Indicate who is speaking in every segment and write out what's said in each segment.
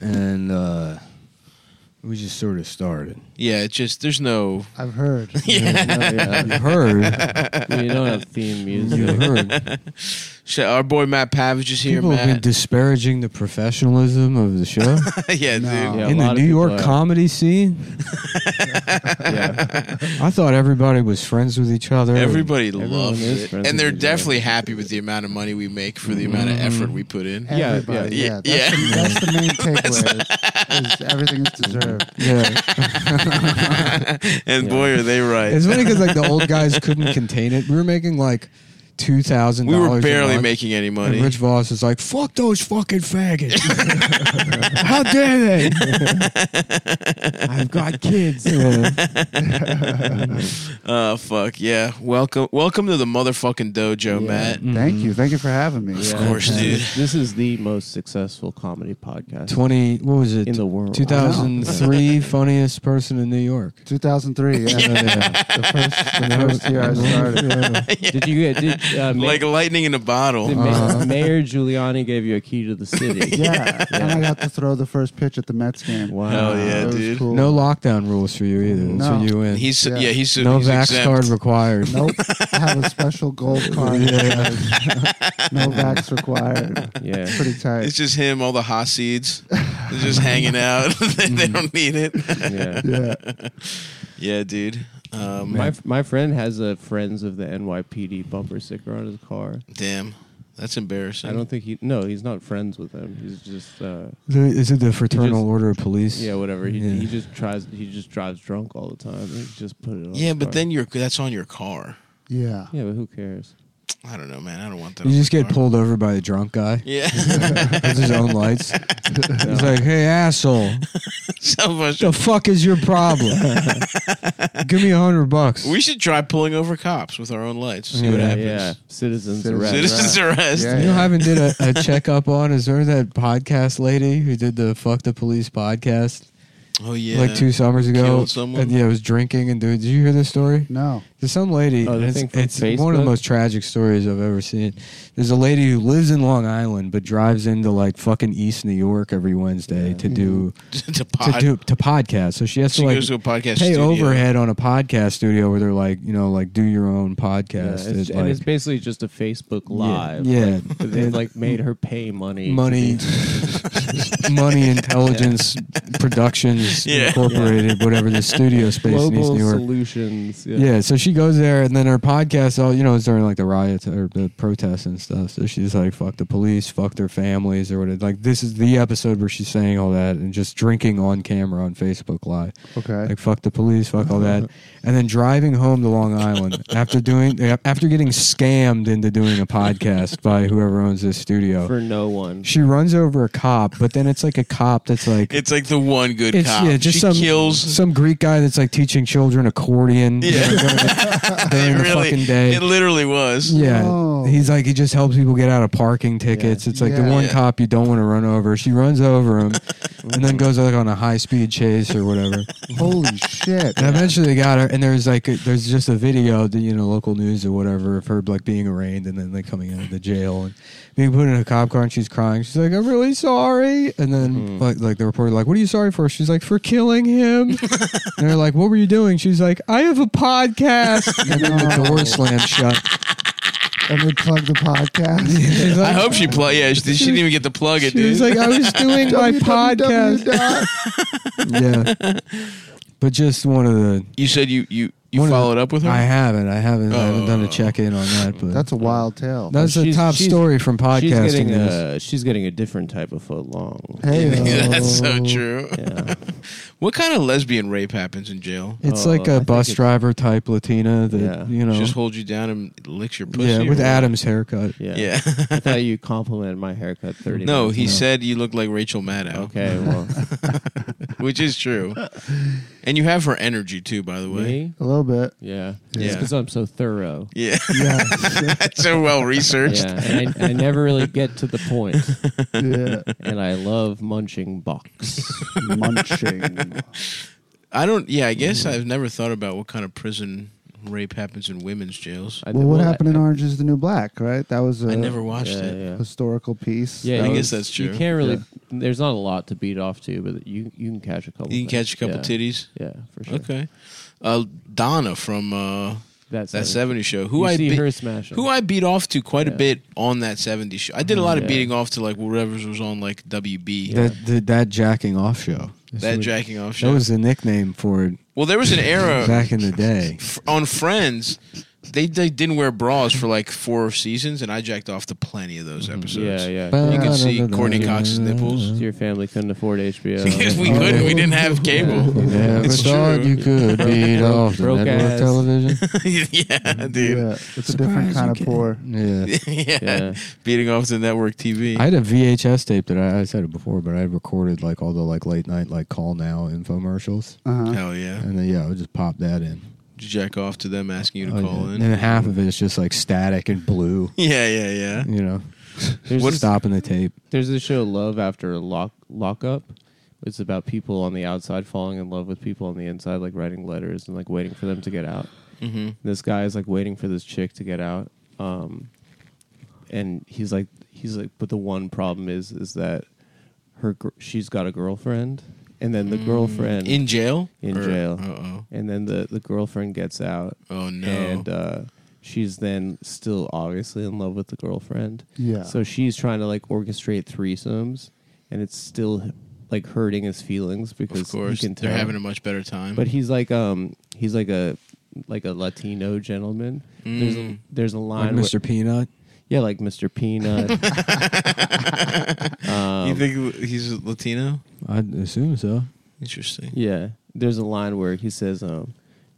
Speaker 1: and uh, we just sort of started.
Speaker 2: Yeah, it's just there's no.
Speaker 3: I've heard.
Speaker 1: you heard,
Speaker 4: We don't have theme
Speaker 1: you
Speaker 4: music.
Speaker 1: heard.
Speaker 2: Shit, our boy Matt Pavage is here,
Speaker 1: People have been
Speaker 2: Matt.
Speaker 1: disparaging the professionalism of the show
Speaker 2: yeah,
Speaker 3: No.
Speaker 2: dude.
Speaker 4: Yeah, a
Speaker 1: in
Speaker 4: lot
Speaker 1: the
Speaker 4: of
Speaker 1: New
Speaker 4: people
Speaker 1: York
Speaker 4: have-
Speaker 1: comedy scene.
Speaker 4: Yeah.
Speaker 1: I thought everybody was friends with each other.
Speaker 2: Everybody
Speaker 4: Everyone
Speaker 2: loves
Speaker 4: is
Speaker 2: it,
Speaker 4: friends
Speaker 2: and they're
Speaker 4: with each other.
Speaker 2: definitely happy with the amount of money we make for the amount of effort we put in.
Speaker 4: yeah.
Speaker 3: Everybody. Yeah,
Speaker 2: Yeah,
Speaker 3: That's, The,
Speaker 2: yeah.
Speaker 3: that's the main takeaway. is everything's deserved.
Speaker 1: Yeah.
Speaker 2: and boy, are they right.
Speaker 1: It's funny because like the old guys couldn't contain it. We were making like two thousand.
Speaker 2: we were barely making any money.
Speaker 1: And Rich Voss is like, "Fuck those fucking faggots! How dare they? I've got kids." Yeah.
Speaker 2: Uh, fuck yeah! Welcome, welcome to the motherfucking dojo,
Speaker 4: Yeah.
Speaker 2: Matt.
Speaker 3: Thank you. Thank you for having me.
Speaker 4: Yeah.
Speaker 2: Of course, dude.
Speaker 4: This is the most successful comedy podcast
Speaker 1: Twenty. What was it?
Speaker 4: in the world.
Speaker 1: Two thousand three funniest person in New York.
Speaker 3: 2003. Yeah. The first, the first year I started.
Speaker 1: Yeah.
Speaker 4: Did you get? Did, uh, Ma-
Speaker 2: Like lightning in a
Speaker 4: did
Speaker 2: bottle.
Speaker 4: Ma-
Speaker 1: Uh-huh.
Speaker 4: Mayor Giuliani gave you a key to the city.
Speaker 3: Yeah. And I got to throw the first pitch at the Mets game.
Speaker 4: Wow.
Speaker 2: Hell
Speaker 3: It
Speaker 2: yeah,
Speaker 3: was
Speaker 2: dude.
Speaker 3: cool.
Speaker 1: No lockdown rules for you either. That's
Speaker 3: No.
Speaker 1: what you win.
Speaker 2: He's yeah,
Speaker 3: Yeah.
Speaker 2: he's
Speaker 1: no
Speaker 2: he's
Speaker 1: vax
Speaker 2: exempt.
Speaker 1: card required.
Speaker 3: Nope. I have a special gold card. no vax required.
Speaker 4: Yeah.
Speaker 3: Pretty tight.
Speaker 2: It's just him, all the hot seeds, They're just hanging out. they, they
Speaker 1: Mm-hmm.
Speaker 2: don't need it.
Speaker 4: yeah.
Speaker 3: yeah.
Speaker 2: yeah, dude. Um,
Speaker 4: My my friend has a Friends of the NYPD bumper sticker on his car.
Speaker 2: damn, that's embarrassing.
Speaker 4: I don't think he. No, he's not friends with them. He's just. Uh,
Speaker 1: The- Is it the Fraternal
Speaker 4: just-
Speaker 1: Order of Police?
Speaker 4: yeah, whatever. He,
Speaker 1: Yeah.
Speaker 4: he just tries. He just drives drunk all the time. He just put it on.
Speaker 2: yeah,
Speaker 4: his
Speaker 2: but
Speaker 4: car.
Speaker 2: then you're that's on your car.
Speaker 3: Yeah.
Speaker 4: Yeah, but who cares?
Speaker 2: I don't know, man. I don't want that.
Speaker 1: You
Speaker 2: on
Speaker 1: just
Speaker 2: my
Speaker 1: get
Speaker 2: car.
Speaker 1: pulled over by a drunk guy.
Speaker 2: Yeah,
Speaker 1: with his own lights. He's like, "Hey, asshole,
Speaker 2: so much.
Speaker 1: the fuck is your problem? Give me a hundred bucks."
Speaker 2: We should try pulling over cops with our own lights. See what
Speaker 1: Yeah,
Speaker 2: happens.
Speaker 4: Yeah, citizens
Speaker 3: Citizens
Speaker 4: arrest.
Speaker 2: Citizens arrest.
Speaker 3: Yeah.
Speaker 1: you know, I haven't did a, a checkup on. Is there that podcast lady who did the "fuck the police" podcast
Speaker 2: Oh yeah,
Speaker 1: like two summers ago?
Speaker 2: Killed someone?
Speaker 1: And, yeah, was drinking and doing. Did you hear this story?
Speaker 3: No.
Speaker 1: There's some lady.
Speaker 4: Oh, the
Speaker 1: and
Speaker 4: thing
Speaker 1: it's
Speaker 4: from
Speaker 1: it's one of the
Speaker 4: Facebook?
Speaker 1: most tragic stories I've ever seen. There's a lady who lives in Long Island but drives into like fucking East New York every Wednesday to do
Speaker 2: to
Speaker 1: to
Speaker 2: Mm-hmm. pod.
Speaker 1: do to podcast. So she has
Speaker 2: she
Speaker 1: to like
Speaker 2: goes to a podcast.
Speaker 1: pay
Speaker 2: studio.
Speaker 1: overhead on a podcast studio where they're like, you know, like do your own
Speaker 4: Yeah,
Speaker 1: podcast.
Speaker 4: it's,
Speaker 1: It's
Speaker 4: and it's basically just a Facebook
Speaker 1: like-
Speaker 4: live.
Speaker 1: yeah, yeah.
Speaker 4: But they like made her pay money.
Speaker 1: money, money, intelligence, productions
Speaker 2: Yeah.
Speaker 1: incorporated, whatever the studio space in East
Speaker 4: Global
Speaker 1: New York.
Speaker 4: solutions. Yeah.
Speaker 1: Yeah, so she goes there, and then her podcast, all you know, is during like the riots or the protests and stuff. So she's like, "Fuck the police, fuck their families," or whatever. Like this is the episode where she's saying all that and just drinking on camera on Facebook Live.
Speaker 3: Okay.
Speaker 1: like fuck the police, fuck all that, and then driving home to Long Island after doing after getting scammed into doing a podcast by whoever owns this studio.
Speaker 4: For no one.
Speaker 1: she runs over a cop, but then it's like a cop that's like
Speaker 2: It's like the one good
Speaker 1: it's
Speaker 2: cop.
Speaker 1: yeah, just
Speaker 2: she
Speaker 1: some
Speaker 2: kills.
Speaker 1: some Greek guy that's like teaching children accordion
Speaker 2: Yeah.
Speaker 1: during the
Speaker 2: really,
Speaker 1: fucking day.
Speaker 2: It literally was.
Speaker 1: Yeah,
Speaker 3: Oh.
Speaker 1: he's like he just helps people get out of parking tickets. It's like the
Speaker 3: Yeah.
Speaker 1: one
Speaker 2: Yeah.
Speaker 1: cop you don't want to run over. She runs over him, and then goes like on a high speed chase or whatever.
Speaker 3: Holy shit.
Speaker 1: And eventually they got her, and there's like a, there's just a video, the you know, local news or whatever of her like being arraigned and then like coming out of the jail and being put in a cop car, and she's crying. She's like, "I'm really sorry," and then
Speaker 2: Mm-hmm.
Speaker 1: like like the reporter like, "What are you sorry for?" She's like, "For killing him." and they're like, "What were you doing?" She's like, "I have a podcast." and then the door slams shut.
Speaker 3: And they plug the podcast.
Speaker 1: She's
Speaker 2: I
Speaker 1: like,
Speaker 2: hope she plug. Yeah, she, she didn't even get to plug it,
Speaker 1: She
Speaker 2: dude.
Speaker 1: was like, "I was doing my podcast."
Speaker 3: www.
Speaker 1: yeah, but just one of the.
Speaker 2: you said you you you
Speaker 1: one of the-
Speaker 2: followed up with her. Oh.
Speaker 1: I haven't. I haven't. I haven't done a check in on that. But
Speaker 3: That's a wild tale.
Speaker 1: That's the
Speaker 4: She's-
Speaker 1: top
Speaker 4: she's-
Speaker 1: story from
Speaker 4: She's
Speaker 1: podcasting.
Speaker 4: getting
Speaker 1: news.
Speaker 4: a she's getting a different type of foot long.
Speaker 2: Yeah,
Speaker 3: Hey,
Speaker 2: that's so true.
Speaker 4: Yeah.
Speaker 2: What kind of lesbian rape happens in jail?
Speaker 1: it's
Speaker 4: Oh,
Speaker 1: like
Speaker 4: I
Speaker 1: a
Speaker 4: think
Speaker 1: bus
Speaker 4: it's-
Speaker 1: driver type Latina that
Speaker 4: Yeah.
Speaker 1: you know,
Speaker 2: She just holds you down and licks your pussy.
Speaker 1: yeah,
Speaker 2: or
Speaker 1: with
Speaker 2: what?
Speaker 1: Adam's haircut.
Speaker 4: Yeah.
Speaker 2: Yeah.
Speaker 4: I thought you complimented my haircut thirty.
Speaker 2: no,
Speaker 4: minutes
Speaker 2: he
Speaker 4: ago.
Speaker 2: said you look like Rachel Maddow,
Speaker 4: Okay, well,
Speaker 2: which is true. And you have her energy too, by the way.
Speaker 4: me?
Speaker 3: a little bit.
Speaker 4: Yeah.
Speaker 2: Yeah.
Speaker 4: because I'm so thorough.
Speaker 2: Yeah,
Speaker 3: Yeah,
Speaker 2: so well researched.
Speaker 4: Yeah, and I, I never really get to the point,
Speaker 3: yeah.
Speaker 4: and I love munching box.
Speaker 3: Munching.
Speaker 1: Mm-hmm.
Speaker 2: I don't. Yeah, I guess I've never thought about what kind of prison rape happens in women's jails.
Speaker 4: I
Speaker 3: Well, what happened in Orange is the New Black, right? That was a
Speaker 2: I never watched
Speaker 4: yeah,
Speaker 2: it.
Speaker 4: yeah.
Speaker 3: historical piece.
Speaker 4: Yeah,
Speaker 2: I
Speaker 4: you-
Speaker 2: guess that's
Speaker 4: You
Speaker 2: true.
Speaker 4: can't really. There's not a lot to beat off to, but you you can catch a couple.
Speaker 2: You can
Speaker 4: things.
Speaker 2: catch a couple
Speaker 4: yeah.
Speaker 2: titties.
Speaker 4: Yeah, for sure.
Speaker 2: Okay. Uh, Donna from uh,
Speaker 4: That's
Speaker 2: that
Speaker 4: seven.
Speaker 2: 70 show, who
Speaker 4: Who you
Speaker 2: I
Speaker 4: see
Speaker 2: beat,
Speaker 4: her smashing.
Speaker 2: who I beat off to quite a
Speaker 4: Yeah.
Speaker 2: bit on that 70 show. I did a lot of
Speaker 4: Yeah.
Speaker 2: beating off to like whatever was on like WB.
Speaker 4: Yeah.
Speaker 1: That, that that jacking off show. That's
Speaker 2: That
Speaker 1: what-
Speaker 2: jacking off
Speaker 1: That
Speaker 2: show.
Speaker 1: was the nickname for it
Speaker 2: well, there was an era
Speaker 1: back in the day.
Speaker 2: f- on Friends. They, they didn't wear bras for like four seasons, and I jacked off to plenty of those episodes.
Speaker 4: Mm-hmm. Yeah, yeah.
Speaker 2: You can see Courtney Cox's nipples.
Speaker 4: Your family couldn't afford HBO.
Speaker 2: Because we couldn't, we didn't have
Speaker 1: You
Speaker 2: cable.
Speaker 1: never
Speaker 2: It's
Speaker 1: thought
Speaker 2: true.
Speaker 1: you could beat off the
Speaker 4: Broke
Speaker 1: network
Speaker 4: ass.
Speaker 1: television.
Speaker 2: yeah, dude.
Speaker 3: Yeah, it's a different kind of poor.
Speaker 1: Yeah.
Speaker 2: yeah.
Speaker 4: Yeah.
Speaker 2: beating off the network TV.
Speaker 1: I had a VHS tape that I, I said it before, but I had recorded like all the like late night like call now infomercials,
Speaker 3: Uh-huh.
Speaker 2: Hell yeah!
Speaker 1: and then yeah, I would just pop that in.
Speaker 2: Did you jack off to them asking you to
Speaker 1: Oh,
Speaker 2: call
Speaker 1: yeah. And
Speaker 2: in?
Speaker 1: then half of it is just like static and blue,
Speaker 2: Yeah, yeah, yeah.
Speaker 1: you know,
Speaker 4: There's
Speaker 1: What's
Speaker 4: this,
Speaker 1: stopping the tape.
Speaker 4: there's this show Love After Lock Lockup. It's about people on the outside falling in love with people on the inside, like writing letters and like waiting for them to get out.
Speaker 2: Mm-hmm.
Speaker 4: This guy is like waiting for this chick to get out, um, and he's like, he's like, but the one problem is, is that her gr- she's got a girlfriend, and then the girlfriend
Speaker 2: In jail?
Speaker 4: In jail.
Speaker 2: Uh oh.
Speaker 4: and then the the girlfriend gets out,
Speaker 2: Oh no.
Speaker 4: and uh, she's then still obviously in love with the girlfriend.
Speaker 3: Yeah.
Speaker 4: So she's trying to like orchestrate threesomes, and it's still like hurting his feelings because
Speaker 2: of course,
Speaker 4: he can tell.
Speaker 2: they're having a much better time.
Speaker 4: but he's like um he's like a like a Latino gentleman. There's a,
Speaker 2: Mm.
Speaker 4: there's a
Speaker 1: Like
Speaker 4: line where-
Speaker 1: Mr. Peanut.
Speaker 4: yeah like Mr. Peanut. um,
Speaker 2: you think he's Latino?
Speaker 1: I'd assume so.
Speaker 2: Interesting.
Speaker 4: Yeah. There's a line where he says, um,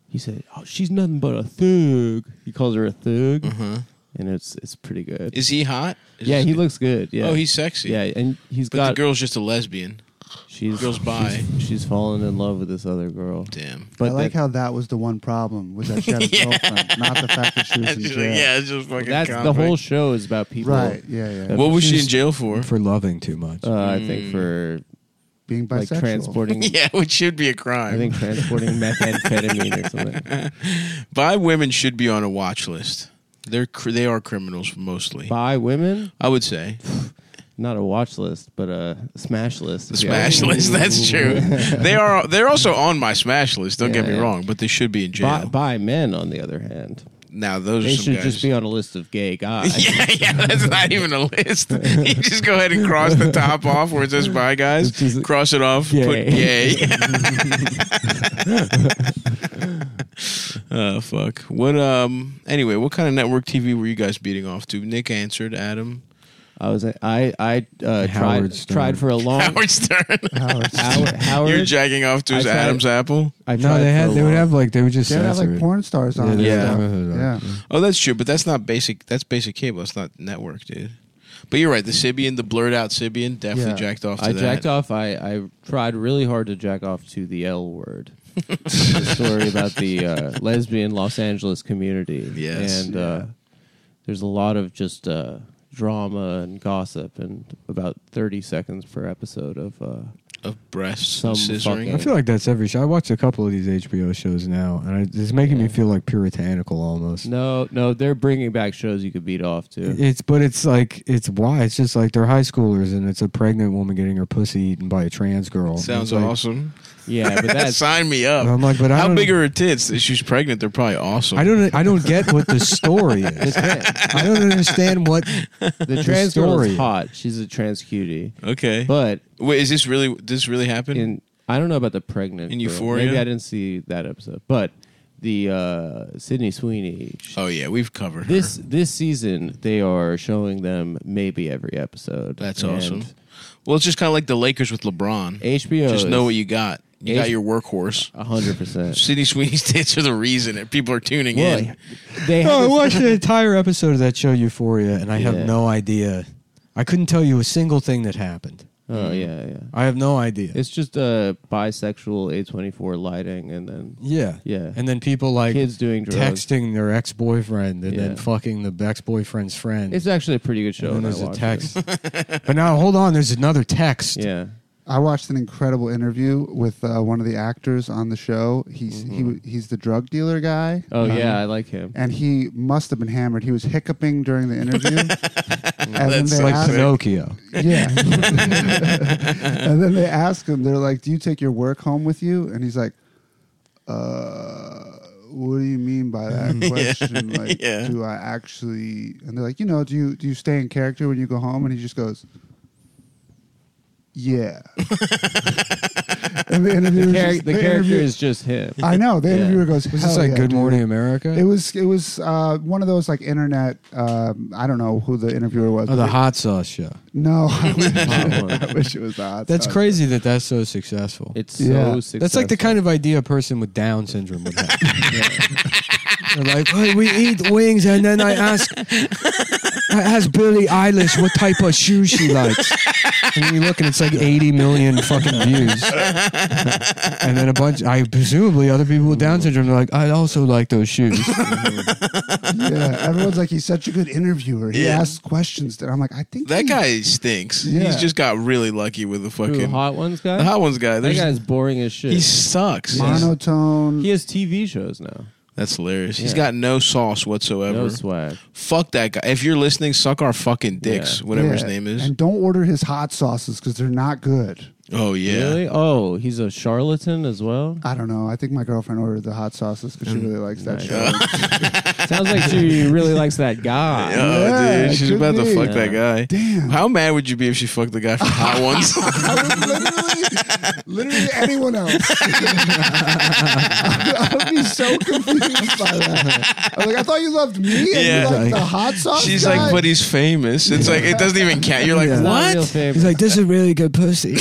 Speaker 4: he said, Oh, she's nothing but a thug. He calls her a thug.
Speaker 2: Uh huh.
Speaker 4: And it's it's pretty good.
Speaker 2: Is he hot? Is
Speaker 4: yeah, he
Speaker 2: this-
Speaker 4: looks good. Yeah.
Speaker 2: Oh, he's sexy.
Speaker 4: Yeah, and he's
Speaker 2: But
Speaker 4: got
Speaker 2: the girl's just a lesbian.
Speaker 4: she's
Speaker 2: girl's bi.
Speaker 4: She's, she's fallen in love with this other girl.
Speaker 2: Damn.
Speaker 4: But
Speaker 3: I like
Speaker 4: that-
Speaker 3: how that was the one problem was that she had a
Speaker 2: Yeah.
Speaker 3: girlfriend, not the fact that she was in
Speaker 2: Just-
Speaker 3: jail.
Speaker 2: yeah, it's just fucking.
Speaker 4: uh, that's the
Speaker 2: comic.
Speaker 4: whole show is about people.
Speaker 3: Right. Yeah. Yeah.
Speaker 4: Well,
Speaker 2: What was she in
Speaker 4: She's-
Speaker 2: jail for?
Speaker 1: For loving too much.
Speaker 4: Uh, I think for
Speaker 3: Being bisexual.
Speaker 4: like transporting.
Speaker 2: Mm. yeah, which should be a crime.
Speaker 4: I think transporting methamphetamine or something.
Speaker 2: Bi women should be on a watch list. They're cr- they are criminals mostly.
Speaker 4: By women,
Speaker 2: I would say
Speaker 4: not a watch list, but a smash list.
Speaker 2: the
Speaker 4: if you
Speaker 2: smash
Speaker 4: ask me.
Speaker 2: list. That's true. They are they're also on my smash list. Don't get
Speaker 4: Yeah,
Speaker 2: me
Speaker 4: yeah.
Speaker 2: wrong, but they should be in jail.
Speaker 4: By, by men, on the other hand,
Speaker 2: now those
Speaker 4: They
Speaker 2: are some
Speaker 4: should
Speaker 2: guys.
Speaker 4: just be on a list of gay guys.
Speaker 2: yeah, yeah, that's not even a list. You just go ahead and cross the top off where it says "bye guys."
Speaker 4: It's just-
Speaker 2: cross it off. Put
Speaker 4: Yay.
Speaker 2: yay. Oh fuck. What um. Anyway, what kind of network TV were you guys beating off to? Nick answered. Adam.
Speaker 4: I was I I uh, tried
Speaker 1: Howard Stern.
Speaker 4: tried for a long
Speaker 2: Howard Stern.
Speaker 4: Howard,
Speaker 2: You're
Speaker 4: Howard
Speaker 2: jacking off to his
Speaker 4: I tried-
Speaker 2: Adam's apple.
Speaker 4: I
Speaker 1: no,
Speaker 4: tried
Speaker 1: they
Speaker 4: for
Speaker 1: had.
Speaker 4: a
Speaker 1: They would
Speaker 4: long-
Speaker 1: have like they would just
Speaker 3: They had
Speaker 1: censor
Speaker 3: like
Speaker 1: it.
Speaker 3: porn stars on.
Speaker 1: they
Speaker 2: Yeah.
Speaker 1: would-
Speaker 3: Yeah.
Speaker 2: Oh, that's true, but that's not basic. That's basic cable. That's not network, dude. But you're right. The Sibian, the blurred out Sibian, definitely
Speaker 3: Yeah.
Speaker 2: jacked off. To
Speaker 4: I
Speaker 2: that.
Speaker 4: jacked off. I, I tried really hard to jack off to the L word. the story about the uh, lesbian Los Angeles community.
Speaker 2: Yes.
Speaker 4: and uh, there's a lot of just uh, drama and gossip, and about 30 seconds per episode of. Uh,
Speaker 2: of breasts
Speaker 4: Some
Speaker 2: and scissoring.
Speaker 1: I feel like that's every show. I watch a couple of these HBO shows now, and I, it's making me feel like puritanical almost.
Speaker 4: no, no, they're bringing back shows you could beat off to.
Speaker 1: It's but it's like it's why it's just like they're high schoolers, and it's a pregnant woman getting her pussy eaten by a trans girl.
Speaker 2: Sounds
Speaker 1: It's like-
Speaker 2: awesome.
Speaker 4: Yeah, but that's
Speaker 2: Sign me up.
Speaker 1: and I'm like, but I
Speaker 2: How
Speaker 1: don't,
Speaker 2: big are her tits? If she's pregnant, they're probably awesome.
Speaker 1: I don't. I don't get what the story is. I don't understand what
Speaker 4: the trans girl
Speaker 1: story.
Speaker 4: is hot. She's a trans cutie,
Speaker 2: Okay.
Speaker 4: but
Speaker 2: Wait, is this really? This really happened?
Speaker 4: in I don't know about the pregnant
Speaker 2: In
Speaker 4: girl.
Speaker 2: Euphoria?
Speaker 4: Maybe I didn't see that episode, but the uh, Sydney Sweeney. sh-
Speaker 2: oh yeah, we've covered her.
Speaker 4: This this season they are showing them maybe every episode.
Speaker 2: That's
Speaker 4: And
Speaker 2: awesome. Well, it's just kind of like the Lakers with LeBron.
Speaker 4: HBO.
Speaker 2: Just know what you got. You got
Speaker 4: H-
Speaker 2: your workhorse.
Speaker 4: hundred percent.
Speaker 2: Sidney Sweeney's tits are the reason that people are tuning in.
Speaker 4: They
Speaker 1: No, I
Speaker 4: have this-
Speaker 1: watched the entire episode of that show Euphoria, and I
Speaker 4: Yeah.
Speaker 1: have no idea. I couldn't tell you a single thing that happened.
Speaker 4: oh yeah yeah.
Speaker 1: I have no idea.
Speaker 4: It's just uh, bisexual A twenty four lighting and then
Speaker 1: yeah,
Speaker 4: Yeah.
Speaker 1: And then people like
Speaker 4: kids doing drugs.
Speaker 1: texting their ex boyfriend and
Speaker 4: Yeah.
Speaker 1: then fucking the ex boyfriend's friend.
Speaker 4: It's actually a pretty good show.
Speaker 1: and then
Speaker 4: and I
Speaker 1: there's a
Speaker 4: watched it.
Speaker 1: text. but now hold on, there's another text.
Speaker 4: Yeah.
Speaker 3: I watched an incredible interview with uh, one of the actors on the show. He's he he's the drug dealer guy.
Speaker 4: Oh
Speaker 3: Um,
Speaker 4: yeah, I like him.
Speaker 3: And he must have been hammered. He was hiccuping during the interview. and then
Speaker 2: That's
Speaker 3: they
Speaker 1: like
Speaker 3: asked,
Speaker 1: Pinocchio.
Speaker 3: yeah. and then they ask him, they're like, Do you take your work home with you? And he's like, Uh, what do you mean by that question? Like,
Speaker 2: yeah.
Speaker 3: do I actually and they're like, you know, do you do you stay in character when you go home? And he just goes, Yeah. and the interviewer
Speaker 4: The,
Speaker 3: was
Speaker 4: char-
Speaker 3: just-
Speaker 4: the
Speaker 3: the
Speaker 4: character
Speaker 3: interview-
Speaker 4: is just him.
Speaker 3: I know. The
Speaker 4: Yeah.
Speaker 3: interviewer goes,
Speaker 1: Was
Speaker 3: "Hell
Speaker 1: this like
Speaker 3: yeah,
Speaker 1: Good
Speaker 3: dude."
Speaker 1: Morning America?
Speaker 3: It was it was uh, one of those like internet. Um, I don't know who the interviewer was.
Speaker 1: oh, the
Speaker 3: but-
Speaker 1: hot sauce show.
Speaker 3: No, I wish,
Speaker 4: Hot one.
Speaker 3: I wish it was the hot.
Speaker 1: That's
Speaker 3: sauce.
Speaker 1: crazy that that's so successful.
Speaker 4: It's
Speaker 3: Yeah.
Speaker 4: so
Speaker 3: That's
Speaker 4: successful.
Speaker 1: That's like the kind of idea a person with Down syndrome would have. They're like, "Hey, we eat wings, and then I ask, I ask Billie Eilish what type of shoes she likes. And you look, and it's like 80 million fucking views. and then a bunch, I presumably other people with Down syndrome are like, I also like those shoes.
Speaker 3: Yeah, everyone's like he's such a good interviewer. He
Speaker 2: Yeah.
Speaker 3: asks questions that I'm like, I think
Speaker 2: That
Speaker 3: he-
Speaker 2: guy stinks.
Speaker 3: Yeah.
Speaker 2: He's just got really lucky with the
Speaker 4: Who,
Speaker 2: fucking
Speaker 4: the hot ones guy.
Speaker 2: the hot ones guy.
Speaker 4: that
Speaker 2: There's-
Speaker 4: guy's boring as shit.
Speaker 2: he sucks.
Speaker 3: monotone.
Speaker 4: he has TV shows now.
Speaker 2: That's hilarious. He's
Speaker 4: Yeah.
Speaker 2: got no sauce whatsoever.
Speaker 4: No swag.
Speaker 2: Fuck that guy. If you're listening, suck our fucking dicks,
Speaker 4: Yeah.
Speaker 2: whatever
Speaker 3: Yeah,
Speaker 2: his name is.
Speaker 3: and don't order his hot sauces because they're not good.
Speaker 2: oh yeah.
Speaker 4: Really? Oh, he's a charlatan as well.
Speaker 3: I don't know. I think my girlfriend ordered the hot sauces because she really likes that show.
Speaker 4: Sounds like she really likes that guy.
Speaker 2: Oh,
Speaker 3: Yeah,
Speaker 2: dude, she's
Speaker 3: could
Speaker 2: about
Speaker 3: be.
Speaker 2: to fuck
Speaker 4: Yeah.
Speaker 2: that guy.
Speaker 3: Damn.
Speaker 2: How mad would you be if she fucked the guy from Hot Ones?
Speaker 3: literally, literally anyone else. I would be so confused by that. I'm like, I thought you loved me and
Speaker 2: Yeah.
Speaker 3: you like
Speaker 1: Like-
Speaker 3: the hot sauce.
Speaker 2: she's
Speaker 3: guy?
Speaker 2: like, but he's famous. It's like it doesn't even count. You're like,
Speaker 1: Yeah.
Speaker 4: Not a
Speaker 2: what?
Speaker 4: real
Speaker 1: He's
Speaker 4: favorite.
Speaker 1: like, this is really good pussy.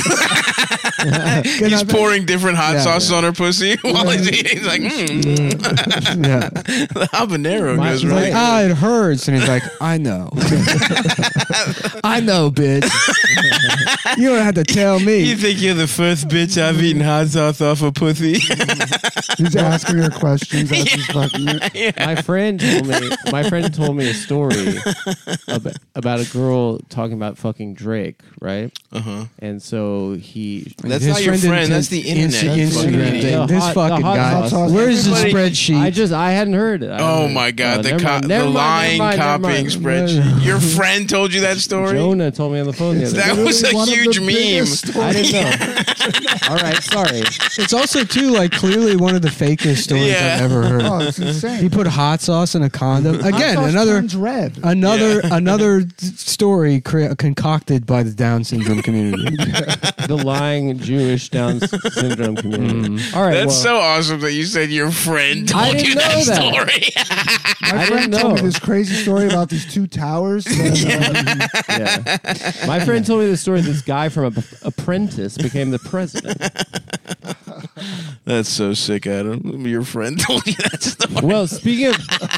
Speaker 2: He's pouring different hot
Speaker 1: Yeah.
Speaker 2: sauces on her pussy while he's eating. He's like, mm.
Speaker 1: yeah.
Speaker 2: the habanero
Speaker 4: My-
Speaker 2: goes
Speaker 1: He's
Speaker 2: really.
Speaker 1: like, ah, it hurts. And he's like, I know. I know, bitch. you don't have to tell
Speaker 2: You
Speaker 1: me.
Speaker 2: think you're the first bitch I've eaten hot sauce off a pussy?
Speaker 3: he's asking her questions as he's fucking her.
Speaker 4: my friend told me. My friend told me a story about, about a girl talking about fucking Drake, right?
Speaker 2: uh huh.
Speaker 4: And so he.
Speaker 2: That's
Speaker 1: His
Speaker 2: not your
Speaker 1: friend
Speaker 2: friend.
Speaker 1: didn't
Speaker 2: That's the
Speaker 1: take
Speaker 2: internet.
Speaker 1: Insta-
Speaker 2: That's
Speaker 1: Instagram
Speaker 2: fucking
Speaker 1: thing. This
Speaker 4: idiot. The hot-
Speaker 1: fucking
Speaker 4: the hot
Speaker 1: guy.
Speaker 3: sauce.
Speaker 1: Where's the
Speaker 2: Everybody-
Speaker 1: spreadsheet?
Speaker 4: I just I hadn't heard it. I
Speaker 2: Oh
Speaker 4: hadn't
Speaker 2: my
Speaker 4: heard it.
Speaker 2: god,
Speaker 4: Oh,
Speaker 2: the,
Speaker 4: never
Speaker 2: co-
Speaker 4: mind, never
Speaker 2: the lying
Speaker 4: mind, never mind, never
Speaker 2: copying
Speaker 4: mind.
Speaker 2: spreadsheet. Your friend told you that story.
Speaker 4: Jonah told me on the phone the other
Speaker 2: That
Speaker 4: day.
Speaker 2: was- a
Speaker 3: One of the
Speaker 2: huge meme.
Speaker 3: biggest
Speaker 4: I
Speaker 3: stories.
Speaker 4: didn't know. All right, sorry.
Speaker 1: It's also too like clearly one of the fakest stories
Speaker 2: Yeah.
Speaker 1: I've ever heard.
Speaker 3: Oh, it's
Speaker 1: He
Speaker 3: insane.
Speaker 1: put hot sauce in a condom.
Speaker 3: Hot
Speaker 1: Again,
Speaker 3: sauce
Speaker 1: another
Speaker 3: turns red.
Speaker 1: another another story crea- concocted by the Down syndrome community.
Speaker 4: The lying Jewish Down syndrome community. All right,
Speaker 2: That's
Speaker 4: well,
Speaker 2: so awesome that you said your friend told
Speaker 4: I didn't
Speaker 2: you
Speaker 4: know
Speaker 2: that,
Speaker 4: that.
Speaker 2: story.
Speaker 3: My
Speaker 4: I
Speaker 3: friend
Speaker 2: Oh.
Speaker 4: didn't
Speaker 3: told me
Speaker 4: know.
Speaker 3: this crazy story about these two towers. that, uh,
Speaker 4: yeah. My friend told me the story. of This guy from a, Apprentice became the president.
Speaker 2: That's so sick, Adam. Your friend told you that story.
Speaker 4: Well, speaking of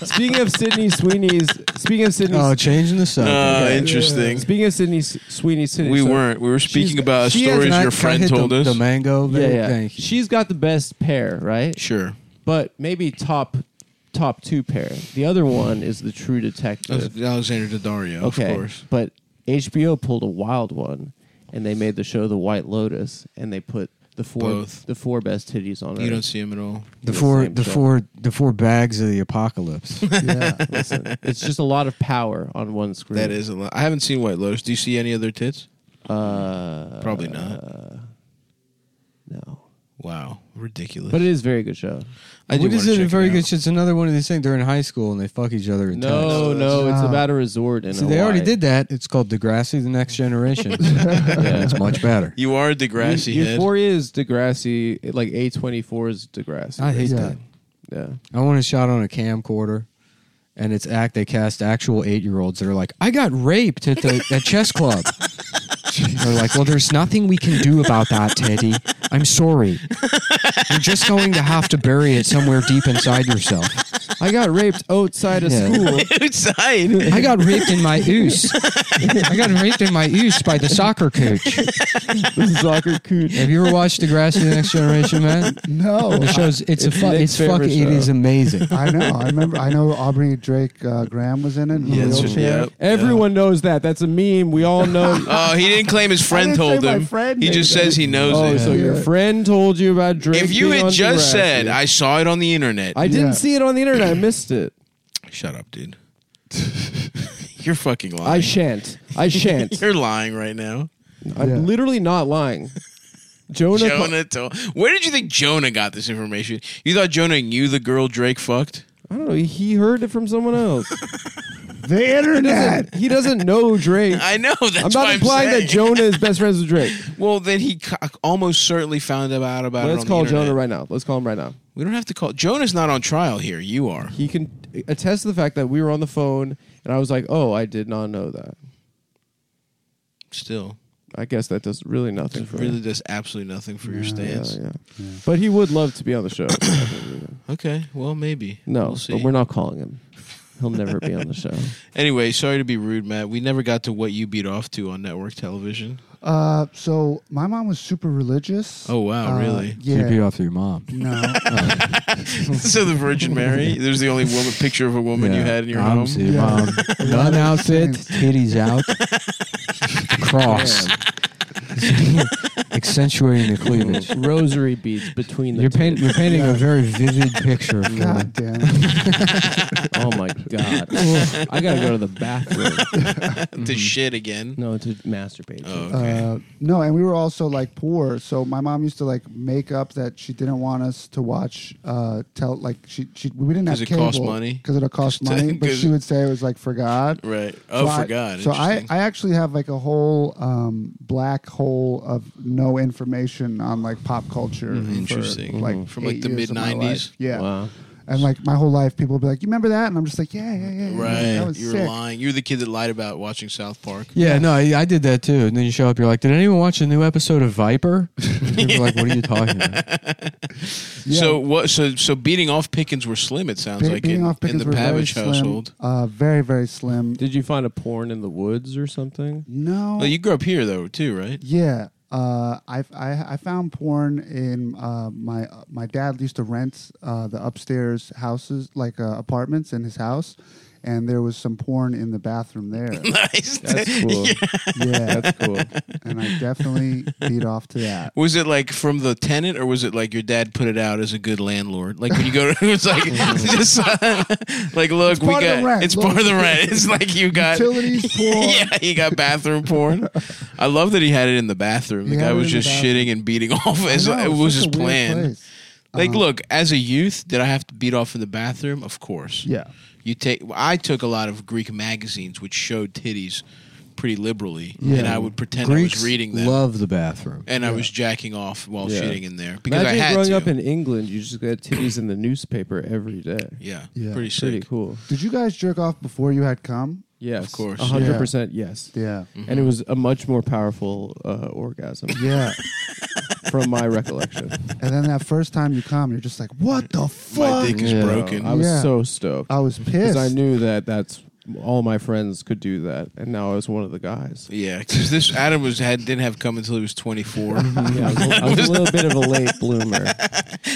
Speaker 4: speaking of Sydney Sweeney's, speaking of Sydney,
Speaker 1: oh, changing the subject.
Speaker 2: Uh, interesting.
Speaker 4: speaking of Sydney S- Sweeney, Sydney,
Speaker 2: We
Speaker 4: so-
Speaker 2: weren't. We were speaking about
Speaker 4: she has
Speaker 2: stories
Speaker 1: Can I-
Speaker 2: your
Speaker 1: can I
Speaker 2: friend
Speaker 1: hit
Speaker 2: told
Speaker 1: the,
Speaker 2: us.
Speaker 1: the mango.
Speaker 4: Yeah,
Speaker 1: bit?
Speaker 4: yeah.
Speaker 1: Thank you.
Speaker 4: She's got the best pair, right?
Speaker 2: sure.
Speaker 4: But maybe top top two pair. The other one is the True Detective.
Speaker 2: Alexander Daddario,
Speaker 4: okay,
Speaker 2: of course.
Speaker 4: but HBO pulled a wild one, and they made the show The White Lotus, and they put the four
Speaker 2: Both.
Speaker 4: the four best titties on
Speaker 2: You
Speaker 4: her.
Speaker 2: don't see him at all.
Speaker 1: The
Speaker 4: The
Speaker 1: four,
Speaker 4: same
Speaker 1: the
Speaker 4: show.
Speaker 1: four, the four bags of the apocalypse.
Speaker 3: yeah.
Speaker 4: Listen, it's just a lot of power on one screen.
Speaker 2: That is a lot. I haven't seen White Lotus. Do you see any other tits?
Speaker 4: uh,
Speaker 2: Probably not.
Speaker 4: no,
Speaker 2: Wow. Ridiculous.
Speaker 4: but it is a very good show.
Speaker 2: I do
Speaker 1: what is
Speaker 2: wanna
Speaker 1: it? A
Speaker 2: check
Speaker 1: very
Speaker 2: out.
Speaker 1: good. shit. It's another one of these things. They're in high school and they fuck each other. In text.
Speaker 4: No, no, it's
Speaker 3: Ah.
Speaker 4: about a resort in
Speaker 1: So they already
Speaker 4: Hawaii.
Speaker 1: did that. It's called Degrassi: The Next Generation. It's much better.
Speaker 2: You are Degrassi
Speaker 4: Eu-
Speaker 2: head.
Speaker 4: Euphoria is Degrassi, like A twenty four is Degrassi.
Speaker 1: I hate
Speaker 3: Yeah.
Speaker 1: that.
Speaker 4: yeah.
Speaker 1: I want a shot on a camcorder, and it's act. They cast actual eight year olds that are like, "I got raped at the at chess club." They're like, "Well, there's nothing we can do about that, Teddy. I'm sorry. You're just going to have to bury it somewhere deep inside yourself." I got raped outside of
Speaker 5: Yeah.
Speaker 1: school.
Speaker 2: outside.
Speaker 5: I got raped in my ooze. I got raped in my ooze by the soccer coach.
Speaker 4: the soccer coach.
Speaker 5: Have you ever watched The Grass of the Next Generation, man?
Speaker 3: No,
Speaker 5: The show's
Speaker 4: It's
Speaker 5: it's, a fu-
Speaker 4: Nick's
Speaker 5: it's fucking
Speaker 4: favorite
Speaker 5: it is
Speaker 4: show.
Speaker 5: amazing.
Speaker 3: I know. I remember. I know Aubrey Drake uh, Graham was in it. In
Speaker 2: Yeah,
Speaker 3: the
Speaker 2: that's
Speaker 3: wheelchair.
Speaker 2: right. Yep.
Speaker 4: Everyone knows that. That's a meme. We all know.
Speaker 2: Oh, he didn't claim his friend
Speaker 4: didn't
Speaker 2: told
Speaker 4: say my
Speaker 2: him.
Speaker 4: friend
Speaker 2: he
Speaker 4: did
Speaker 2: just
Speaker 4: that.
Speaker 2: says he knows
Speaker 4: oh,
Speaker 2: it.
Speaker 4: so your
Speaker 3: Yeah.
Speaker 4: friend told you about Drake.
Speaker 2: if you
Speaker 4: being
Speaker 2: had
Speaker 4: on
Speaker 2: just
Speaker 4: Degrassi.
Speaker 2: said, I saw it on the internet.
Speaker 4: I didn't
Speaker 3: Yeah.
Speaker 4: see it on the internet. I missed it.
Speaker 2: Shut up, dude. You're fucking lying.
Speaker 4: I shan't. I shan't.
Speaker 2: You're lying right now.
Speaker 4: I'm
Speaker 3: Yeah.
Speaker 4: literally not lying. Jonah.
Speaker 2: Jonah told. Where did you think Jonah got this information? You thought Jonah knew the girl Drake fucked?
Speaker 4: I don't know. He heard it from someone else.
Speaker 3: The internet.
Speaker 4: he doesn't know Drake.
Speaker 2: I know. That's
Speaker 4: I'm
Speaker 2: what
Speaker 4: not implying
Speaker 2: saying.
Speaker 4: that Jonah is best friends with Drake.
Speaker 2: Well, then he co- almost certainly found out about it.
Speaker 4: Let's
Speaker 2: on
Speaker 4: call
Speaker 2: the internet.
Speaker 4: Jonah right now. Let's call him right now.
Speaker 2: We don't have to call. Jonah's not on trial here. You are.
Speaker 4: He can attest to the fact that we were on the phone, and I was like, "Oh, I did not know that."
Speaker 2: Still,
Speaker 4: I guess that does really nothing for
Speaker 2: really
Speaker 4: me.
Speaker 2: does absolutely nothing for your
Speaker 4: Yeah,
Speaker 2: stance.
Speaker 4: yeah. But he would love to be on the show.
Speaker 2: Okay. Well, maybe.
Speaker 4: no,
Speaker 2: We'll see.
Speaker 4: but we're not calling him. He'll never be on the show.
Speaker 2: Anyway, sorry to be rude, Matt. We never got to what you beat off to on network television.
Speaker 3: Uh, so my mom was super religious.
Speaker 2: Oh, wow,
Speaker 3: Uh,
Speaker 2: really?
Speaker 1: You beat
Speaker 3: Yeah.
Speaker 1: off to your mom.
Speaker 3: No.
Speaker 2: so the Virgin Mary. There's the only woman picture of a woman you
Speaker 1: Yeah.
Speaker 2: had in your
Speaker 1: Mom,
Speaker 2: home.
Speaker 1: see your
Speaker 3: Yeah.
Speaker 1: mom. Nun outfit, titties out, cross, accentuating the cleavage.
Speaker 4: Rosary beads between the
Speaker 1: You're, paint, you're painting a very vivid picture. of
Speaker 3: God
Speaker 1: women.
Speaker 3: damn. it.
Speaker 4: Oh my god! I gotta go to the bathroom.
Speaker 2: to shit again.
Speaker 4: Mm-hmm. No, to masturbate.
Speaker 2: Oh, okay.
Speaker 3: Uh, no, and we were also like poor, so my mom used to like make up that she didn't want us to watch. Uh, tell like she she we didn't
Speaker 2: 'Cause
Speaker 3: have
Speaker 2: it cost
Speaker 3: cable
Speaker 2: money?
Speaker 3: because it'll cost money, but
Speaker 2: 'Cause-
Speaker 3: she would say it was like for God.
Speaker 2: right. Oh,
Speaker 3: so
Speaker 2: for
Speaker 3: I,
Speaker 2: God.
Speaker 3: So I,
Speaker 2: Interesting.
Speaker 3: I actually have like a whole um, black hole of no information on like pop culture. for,
Speaker 2: Mm-hmm. Interesting.
Speaker 3: like
Speaker 2: From, like,
Speaker 3: eight
Speaker 2: the
Speaker 3: years of my life.
Speaker 2: mid-nineties?
Speaker 3: Yeah.
Speaker 4: Wow.
Speaker 3: And like my whole life, people will be like, "You remember that?" And I'm just like, "Yeah, yeah, yeah." yeah,
Speaker 2: right.
Speaker 3: That was
Speaker 2: you were
Speaker 3: sick.
Speaker 2: lying. You were the kid that lied about watching South Park.
Speaker 1: Yeah, no, I, I did that too. And then you show up, you're like, did anyone watch a new episode of Viper? People are like, what are you talking about?
Speaker 3: Yeah.
Speaker 2: So what? So so beating off Pickens were slim. It sounds
Speaker 3: Be-
Speaker 2: like
Speaker 3: being
Speaker 2: in,
Speaker 3: off
Speaker 2: in
Speaker 3: Pickens
Speaker 2: the
Speaker 3: were very
Speaker 2: Pavage
Speaker 3: slim,
Speaker 2: household.
Speaker 3: uh, very very slim.
Speaker 4: Did you find a porn in the woods or something?
Speaker 3: No.
Speaker 2: Well, you grew up here though too, right?
Speaker 3: yeah. Uh, I, I I found porn in uh, my my dad used to rent uh, the upstairs houses like uh, apartments in his house, and there was some porn in the bathroom there.
Speaker 2: nice.
Speaker 4: That's cool.
Speaker 3: yeah,
Speaker 4: That's cool.
Speaker 3: and I definitely beat off to that.
Speaker 2: Was it like from the tenant, or was it like your dad put it out as a good landlord? Like when you go, to, it's like just like look, we
Speaker 3: part of
Speaker 2: got
Speaker 3: the rent,
Speaker 2: it's
Speaker 3: look.
Speaker 2: part of the rent. It's like you got
Speaker 3: Utilities porn.
Speaker 2: yeah, you got bathroom porn. I love that he had it in the bathroom. The
Speaker 3: He
Speaker 2: guy
Speaker 3: had it
Speaker 2: was
Speaker 3: in the
Speaker 2: just
Speaker 3: bathroom.
Speaker 2: shitting and beating off. As,
Speaker 3: I know,
Speaker 2: it
Speaker 3: it's
Speaker 2: was his
Speaker 3: such a weird
Speaker 2: plan.
Speaker 3: place.
Speaker 2: Like,
Speaker 4: Um,
Speaker 2: look, as a youth, did I have to beat off in the bathroom? Of course.
Speaker 3: Yeah.
Speaker 2: You take. I took a lot of Greek magazines, which showed titties pretty liberally,
Speaker 3: Yeah.
Speaker 2: and I would pretend I
Speaker 1: Greeks
Speaker 2: was reading them.
Speaker 1: love the bathroom.
Speaker 2: and I was jacking off while
Speaker 4: Yeah.
Speaker 2: shitting in there because
Speaker 4: Imagine
Speaker 2: I had
Speaker 4: growing
Speaker 2: to.
Speaker 4: up in England, you just got titties in the newspaper every day.
Speaker 2: yeah,
Speaker 3: Yeah.
Speaker 2: pretty sick.
Speaker 4: Pretty cool.
Speaker 3: Did you guys jerk off before you had cum?
Speaker 4: Yes,
Speaker 2: Of course. Mm-hmm.
Speaker 4: a hundred percent. Yes,
Speaker 3: Yeah.
Speaker 4: and it was a much more powerful uh, orgasm
Speaker 3: Yeah.
Speaker 4: from my recollection.
Speaker 3: and then that first time you cum, you're just like, what the
Speaker 2: My
Speaker 3: fuck?
Speaker 2: dick is
Speaker 4: Yeah.
Speaker 2: broken.
Speaker 4: I was
Speaker 3: Yeah.
Speaker 4: so stoked
Speaker 3: I was
Speaker 4: because
Speaker 3: pissed.
Speaker 4: I knew that that's all my friends could do that, and now I was one of the guys.
Speaker 2: yeah, because this Adam was had didn't have come until he was twenty four.
Speaker 4: Yeah, I was, I was a little bit of a late bloomer.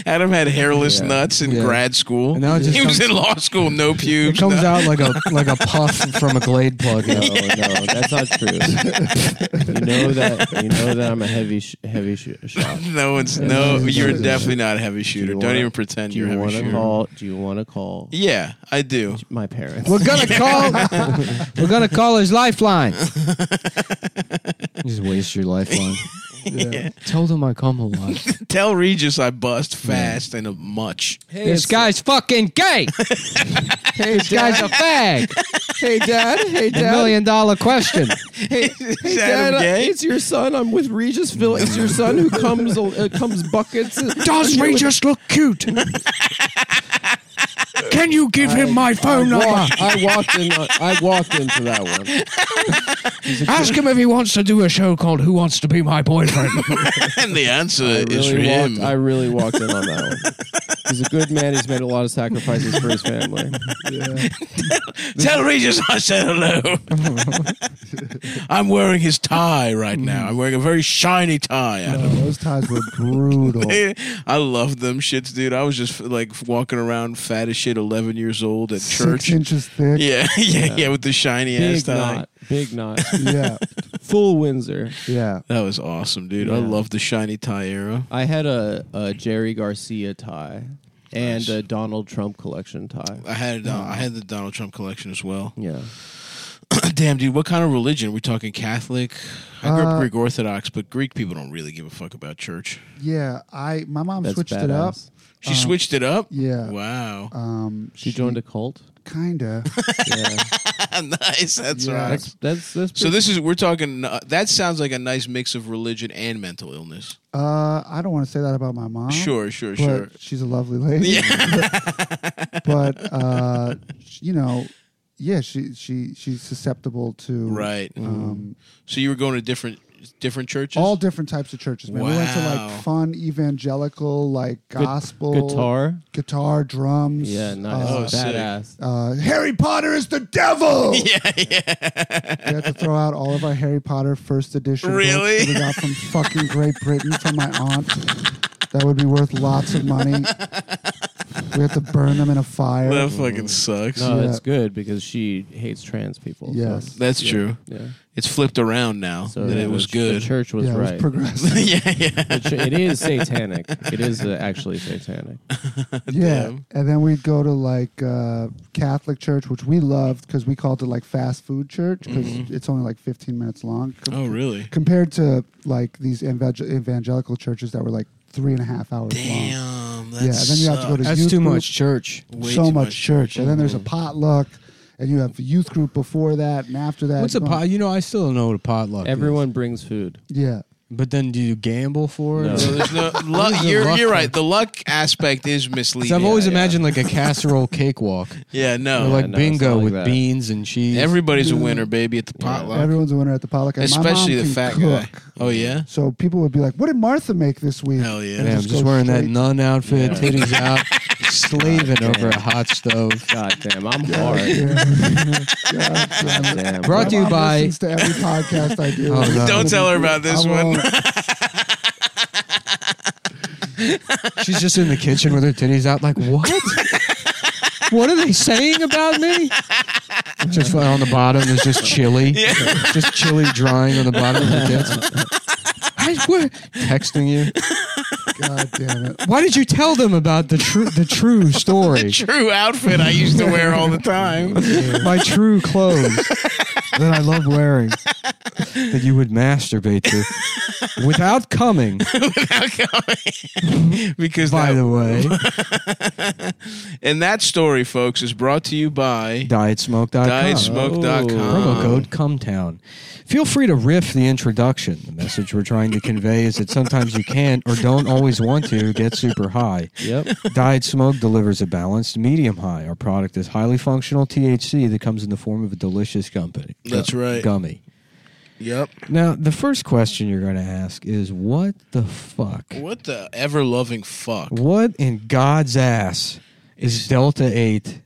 Speaker 2: Adam had hairless
Speaker 4: Yeah.
Speaker 2: nuts in
Speaker 1: Yeah.
Speaker 2: grad school.
Speaker 1: And now it just
Speaker 2: he was
Speaker 1: comes-
Speaker 2: in law school, no
Speaker 1: It
Speaker 2: pubes.
Speaker 1: comes
Speaker 2: no-
Speaker 1: out like a like a puff from a Glade plug.
Speaker 4: No, no, that's not true. you know that you know that I'm a heavy sh- heavy sh- shot.
Speaker 2: No one's no.
Speaker 4: Yeah.
Speaker 2: You're
Speaker 4: Yeah.
Speaker 2: definitely not a heavy shooter. Do not
Speaker 4: wanna-
Speaker 2: even pretend
Speaker 4: Do
Speaker 2: you're
Speaker 4: you
Speaker 2: a heavy
Speaker 4: want to
Speaker 2: shooter.
Speaker 4: call? Do you want to call
Speaker 2: Yeah, I do.
Speaker 4: my parents?
Speaker 5: We're gonna call We're gonna call his lifeline.
Speaker 1: Just waste your lifeline.
Speaker 3: Yeah.
Speaker 1: Tell them I come alive.
Speaker 2: Tell Regis I bust fast and a much.
Speaker 4: Hey,
Speaker 5: This
Speaker 4: it's-
Speaker 5: guy's fucking gay. this guy's a fag.
Speaker 4: Hey, Dad. Hey,
Speaker 5: A million dollar question.
Speaker 4: Hey, hey
Speaker 2: Adam
Speaker 4: Dad. uh,
Speaker 2: gay?
Speaker 4: It's your son. I'm with Regisville. It's your son who comes uh, comes buckets.
Speaker 1: Does Regis look cute? Can you give him my phone number?
Speaker 4: I walked in. I walked into that one.
Speaker 5: Ask him if he wants to do a show called Who Wants to Be My Boyfriend.
Speaker 2: and the answer
Speaker 4: I
Speaker 2: is for
Speaker 4: really walked.
Speaker 2: him.
Speaker 4: I really walked in on that one. He's a good man. He's made a lot of sacrifices for his family.
Speaker 3: Yeah.
Speaker 2: Tell Regis I said hello. I'm wearing his tie right
Speaker 4: Mm.
Speaker 2: now. I'm wearing a very shiny tie, Adam.
Speaker 3: No, those ties were brutal.
Speaker 2: I love them shits, dude. I was just like walking around fat as shit, eleven years old at
Speaker 3: Six
Speaker 2: church.
Speaker 3: inches thick.
Speaker 2: Yeah, yeah, yeah, with the shiny ass
Speaker 4: Big
Speaker 2: tie.
Speaker 4: knot. Big knot.
Speaker 3: Yeah.
Speaker 4: Full Windsor.
Speaker 3: Yeah.
Speaker 2: That was awesome, dude. I
Speaker 4: Yeah.
Speaker 2: love the shiny tie era.
Speaker 4: I had a, a Jerry Garcia tie
Speaker 2: Nice.
Speaker 4: and a Donald Trump collection tie.
Speaker 2: I had uh, I had the Donald Trump collection as well.
Speaker 4: Yeah.
Speaker 2: Damn, dude, what kind of religion? Are we talking Catholic? I grew up
Speaker 3: Uh,
Speaker 2: Greek Orthodox, but Greek people don't really give a fuck about church.
Speaker 3: Yeah. I my mom
Speaker 4: That's
Speaker 3: switched
Speaker 4: badass.
Speaker 3: it up.
Speaker 2: She switched it up.
Speaker 3: uh, yeah.
Speaker 2: Wow.
Speaker 3: Um,
Speaker 4: She joined a cult.
Speaker 3: kinda.
Speaker 4: Yeah.
Speaker 2: nice. That's
Speaker 3: Uh, Yeah.
Speaker 2: right.
Speaker 4: that's that's that's
Speaker 2: So
Speaker 4: pretty-
Speaker 2: this is we're talking. Uh, that sounds like a nice mix of religion and mental illness.
Speaker 3: uh, I don't want to say that about my mom.
Speaker 2: Sure, sure,
Speaker 3: but
Speaker 2: sure.
Speaker 3: She's a lovely lady. but uh, sh- you know, yeah, she she she's susceptible to
Speaker 2: Right.
Speaker 3: Um,
Speaker 2: So you were going to different different churches.
Speaker 3: all different types of churches. Man, we went to
Speaker 2: Wow.
Speaker 3: like fun evangelical, like gospel,
Speaker 4: guitar.
Speaker 3: guitar, drums.
Speaker 4: Yeah,
Speaker 2: Oh,
Speaker 4: nice.
Speaker 2: sick.
Speaker 4: badass.
Speaker 3: uh, Harry Potter is the devil.
Speaker 2: yeah, yeah.
Speaker 3: We had to throw out all of our Harry Potter first edition. books
Speaker 2: Really?
Speaker 3: that we got from fucking Great Britain from my aunt. That would be worth lots of money. We had to burn them in a fire.
Speaker 2: that
Speaker 3: Mm.
Speaker 2: fucking sucks.
Speaker 4: No,
Speaker 3: Yeah.
Speaker 4: that's good because she hates trans people. so-
Speaker 3: Yes.
Speaker 2: That's true.
Speaker 4: yeah.
Speaker 2: It's flipped around now
Speaker 4: So
Speaker 2: that it
Speaker 4: the
Speaker 2: was
Speaker 4: ch-
Speaker 2: good.
Speaker 4: The church was
Speaker 3: yeah, it
Speaker 4: right.
Speaker 3: was progressive.
Speaker 2: yeah, yeah.
Speaker 4: The ch- it is satanic. It is uh, actually satanic.
Speaker 3: yeah,
Speaker 2: Damn.
Speaker 3: and then we'd go to like uh, Catholic church, which we loved because we called it like fast food church because it's only like 15 minutes long Com-
Speaker 2: Mm-hmm. Oh, really?
Speaker 3: compared to like these evangel- evangelical churches that were like three and a half hours long.
Speaker 2: Damn. That
Speaker 3: Yeah, then you have to go to
Speaker 1: That's
Speaker 3: youth
Speaker 1: too
Speaker 3: group.
Speaker 1: much church.
Speaker 2: Way
Speaker 3: so
Speaker 2: too Mm-hmm.
Speaker 3: much, church, and then there's a potluck, and you have youth group before that and after that.
Speaker 1: What's a
Speaker 3: going-
Speaker 1: pot? You know, I still don't know what a potluck. is.
Speaker 4: Everyone brings food.
Speaker 3: Yeah,
Speaker 1: But then, do you gamble for it?
Speaker 4: No.
Speaker 2: So there's no luck. You're
Speaker 1: luck
Speaker 2: you're right. The luck aspect is misleading.
Speaker 1: Because I've always
Speaker 4: yeah.
Speaker 1: imagined like a casserole cakewalk,
Speaker 2: yeah,
Speaker 1: or
Speaker 2: no.
Speaker 1: like
Speaker 4: no, it's not
Speaker 1: bingo
Speaker 4: like
Speaker 1: with
Speaker 4: that.
Speaker 1: beans and cheese.
Speaker 2: Everybody's a winner, baby, at the
Speaker 4: Yeah.
Speaker 2: potluck.
Speaker 3: everyone's a winner at the potluck, and my mom
Speaker 2: Especially the
Speaker 3: can
Speaker 2: fat
Speaker 3: cook.
Speaker 2: guy. Oh yeah.
Speaker 3: So people would be like, "What did Martha make this week?"
Speaker 2: Hell yeah.
Speaker 1: yeah,
Speaker 2: Yeah.
Speaker 1: I'm
Speaker 3: just
Speaker 1: just
Speaker 3: go
Speaker 1: wearing that
Speaker 3: straight-
Speaker 1: nun outfit,
Speaker 4: Yeah.
Speaker 1: titties out, slaving over a hot stove.
Speaker 4: God damn, I'm hard.
Speaker 3: Yeah. Yeah, yeah.
Speaker 4: Damn.
Speaker 1: Brought
Speaker 3: My
Speaker 1: to you
Speaker 3: mom
Speaker 1: by-
Speaker 3: listens to every podcast I do.
Speaker 1: Oh, no.
Speaker 2: Don't tell her about this
Speaker 3: I
Speaker 2: one.
Speaker 3: won't.
Speaker 1: She's just in the kitchen with her titties out, like what? what are they saying about me? Just like, on the bottom, there's just chili, just chili drying on the bottom of the desk. I, what? Texting you.
Speaker 3: God damn it!
Speaker 1: Why did you tell them about the true the true story?
Speaker 2: True outfit I used to wear all the time.
Speaker 1: my true clothes that I love wearing that you would masturbate to without coming.
Speaker 2: because
Speaker 1: By
Speaker 2: that-
Speaker 1: the way,
Speaker 2: And that story, folks, is brought to you by
Speaker 1: dietsmoke.com.
Speaker 2: DietSmoke.com.
Speaker 1: Promo code CUMTOWN. Feel free to riff the introduction. The message we're trying to convey is that sometimes you can't or don't always want to get super high.
Speaker 4: Yep.
Speaker 1: Diet Smoke delivers a balanced medium high. Our product is highly functional THC that comes in the form of a delicious company.
Speaker 2: That's right.
Speaker 1: Gummy.
Speaker 2: Yep.
Speaker 1: Now, the first question you're going to ask is what the fuck?
Speaker 2: What the ever loving fuck?
Speaker 1: What in God's ass is Delta 8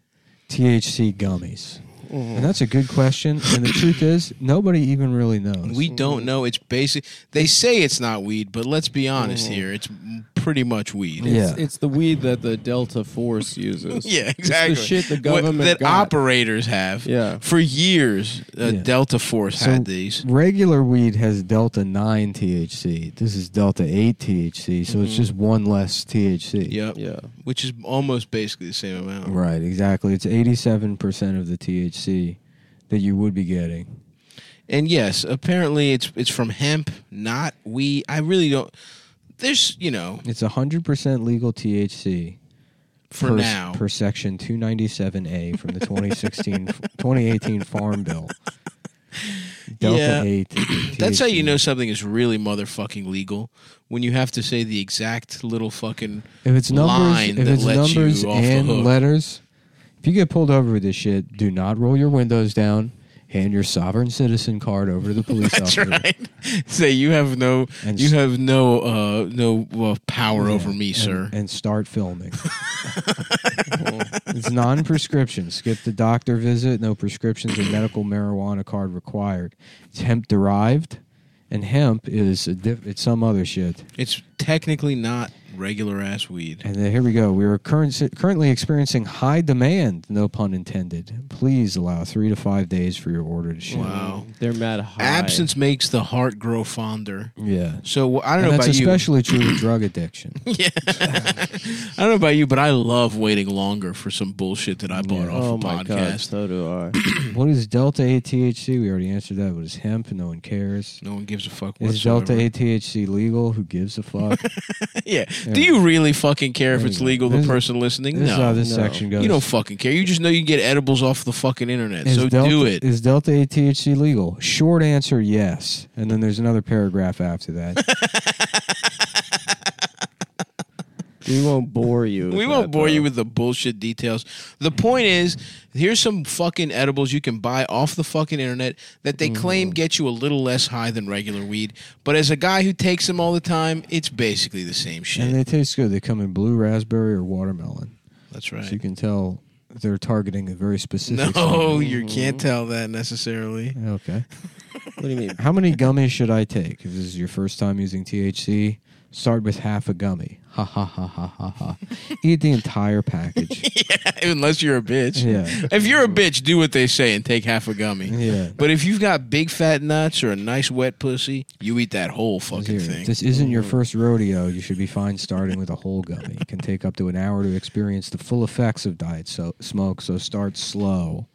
Speaker 1: THC gummies? And that's a good question. And the truth is, nobody even really knows.
Speaker 2: We
Speaker 4: Mm-hmm.
Speaker 2: don't know. It's basic. They say it's not weed, but let's be honest
Speaker 4: Mm-hmm.
Speaker 2: here. It's m- pretty much weed.
Speaker 1: Yeah.
Speaker 4: It's, it's the weed that the Delta Force uses.
Speaker 2: Yeah, exactly.
Speaker 4: It's the shit the
Speaker 2: What-
Speaker 4: government
Speaker 2: that
Speaker 4: got.
Speaker 2: operators have.
Speaker 4: Yeah.
Speaker 2: For years, uh,
Speaker 1: Yeah.
Speaker 2: Delta Force
Speaker 1: So,
Speaker 2: had these.
Speaker 1: regular weed has Delta 9 THC. This is Delta 8 THC. So it's just one less THC.
Speaker 2: Mm-hmm. Yep.
Speaker 4: Yeah.
Speaker 2: Which is almost basically the same amount.
Speaker 1: Right, exactly. It's 87% of the THC that you would be getting.
Speaker 2: And yes, apparently it's it's from hemp, not weed. I really don't. There's you know
Speaker 1: It's 100% legal THC.
Speaker 2: for
Speaker 1: per,
Speaker 2: now.
Speaker 1: per section 297A from the 2016 2018 Farm Bill. Delta
Speaker 2: Yeah.
Speaker 1: 8.
Speaker 2: That's how you
Speaker 1: THC.
Speaker 2: know something is really motherfucking legal when you have to say the exact little fucking
Speaker 1: if it's
Speaker 2: line
Speaker 1: numbers, if
Speaker 2: that
Speaker 1: it's
Speaker 2: lets you
Speaker 1: numbers
Speaker 2: off the
Speaker 1: and
Speaker 2: hook.
Speaker 1: letters. If you get pulled over with this shit, do not roll your windows down. hand your sovereign citizen card over to the police
Speaker 2: That's
Speaker 1: officer.
Speaker 2: right. Say you have no,
Speaker 1: And
Speaker 2: you
Speaker 1: s-
Speaker 2: have no, uh, no uh, power
Speaker 1: Yeah,
Speaker 2: over me,
Speaker 1: and-
Speaker 2: sir.
Speaker 1: And start filming. it's non prescription. Skip the doctor visit, no prescriptions, and medical marijuana card required. It's hemp derived, and hemp is a diff- it's some other shit.
Speaker 2: it's technically not regular ass weed.
Speaker 1: And then here we go. We are current, currently experiencing high demand, no pun intended. Please allow three to five days for your order to ship.
Speaker 2: Wow.
Speaker 4: They're mad high.
Speaker 2: Absence makes the heart grow fonder.
Speaker 1: Yeah.
Speaker 2: So I don't
Speaker 1: And
Speaker 2: know
Speaker 1: that's
Speaker 2: about you.
Speaker 1: especially true with drug addiction.
Speaker 2: I don't know about you, but I love waiting longer for some bullshit that I bought
Speaker 1: Yeah.
Speaker 2: off
Speaker 4: Oh
Speaker 2: a
Speaker 4: my god,
Speaker 2: podcast.
Speaker 4: so do I.
Speaker 1: what is Delta 8 THC? We already answered that. What is hemp? No one cares.
Speaker 2: No one gives a fuck.
Speaker 1: Is
Speaker 2: whatsoever.
Speaker 1: Delta ATHC legal? Who gives a fuck?
Speaker 2: yeah.
Speaker 1: Yeah.
Speaker 2: Do you really fucking care if
Speaker 1: There
Speaker 2: it's
Speaker 1: you go.
Speaker 2: legal? The
Speaker 1: This is-
Speaker 2: person listening,
Speaker 1: this is how
Speaker 2: no,
Speaker 1: this
Speaker 4: no.
Speaker 1: section goes.
Speaker 2: you don't fucking care. You just know you can get edibles off the fucking internet.
Speaker 1: Is
Speaker 2: so
Speaker 1: Delta,
Speaker 2: do it.
Speaker 1: Is Delta ATHC legal? Short answer, yes. And then there's another paragraph after that.
Speaker 4: We won't bore you. with
Speaker 2: We won't
Speaker 4: that,
Speaker 2: bore you
Speaker 4: though.
Speaker 2: with the bullshit details. The point is, here's some fucking edibles you can buy off the fucking internet that they claim
Speaker 1: Mm.
Speaker 2: get you a little less high than regular weed. But as a guy who takes them all the time, it's basically the same shit.
Speaker 1: and they taste good. They come in blue raspberry or watermelon.
Speaker 2: That's
Speaker 1: So you
Speaker 2: right.
Speaker 1: can tell they're targeting a very specific.
Speaker 2: No, you can't tell that necessarily.
Speaker 1: segment. Okay.
Speaker 4: What do you mean?
Speaker 1: How many gummies should I take? If this is your first time using THC, start with half a gummy. Ha ha ha ha ha ha. Eat the entire package.
Speaker 2: Unless you're a bitch.
Speaker 1: Yeah.
Speaker 2: If you're a bitch, do what they say and take half a gummy.
Speaker 1: Yeah.
Speaker 2: But if you've got big fat nuts or a nice wet pussy, you eat that whole fucking
Speaker 1: Here,
Speaker 2: thing.
Speaker 1: This isn't your first rodeo. You should be fine starting with a whole gummy. It can take up to an hour to experience the full effects of diet so- smoke, so start slow.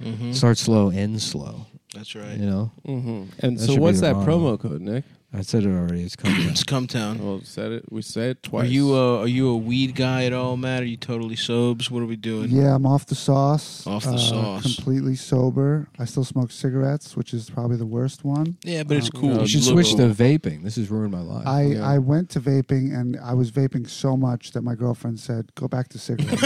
Speaker 3: Mm-hmm.
Speaker 1: Start slow, end slow.
Speaker 2: That's right.
Speaker 1: You know?
Speaker 4: hmm And
Speaker 1: That
Speaker 4: so
Speaker 1: should be
Speaker 4: what's
Speaker 1: the
Speaker 4: that
Speaker 1: motto.
Speaker 4: promo code, Nick?
Speaker 1: I said it already. It's coming
Speaker 2: It's come town.
Speaker 1: Oh,
Speaker 4: Well, said it. We said it
Speaker 2: Are
Speaker 4: twice.
Speaker 2: you a, are you a weed guy at all, Matt? Are you totally sobes? What are we doing?
Speaker 3: Yeah, I'm off the sauce. uh,
Speaker 2: Off the sauce.
Speaker 3: Completely sober. I still smoke cigarettes, which is probably the worst one.
Speaker 2: Yeah, but it's
Speaker 3: Uh,
Speaker 2: cool.
Speaker 4: no,
Speaker 1: Oh, You
Speaker 4: You
Speaker 1: should
Speaker 2: look
Speaker 1: switch to
Speaker 2: cool.
Speaker 1: vaping. This has ruined my life.
Speaker 3: I,
Speaker 4: Yeah.
Speaker 3: I went to vaping and I was vaping so much that my girlfriend said, "Go back to cigarettes."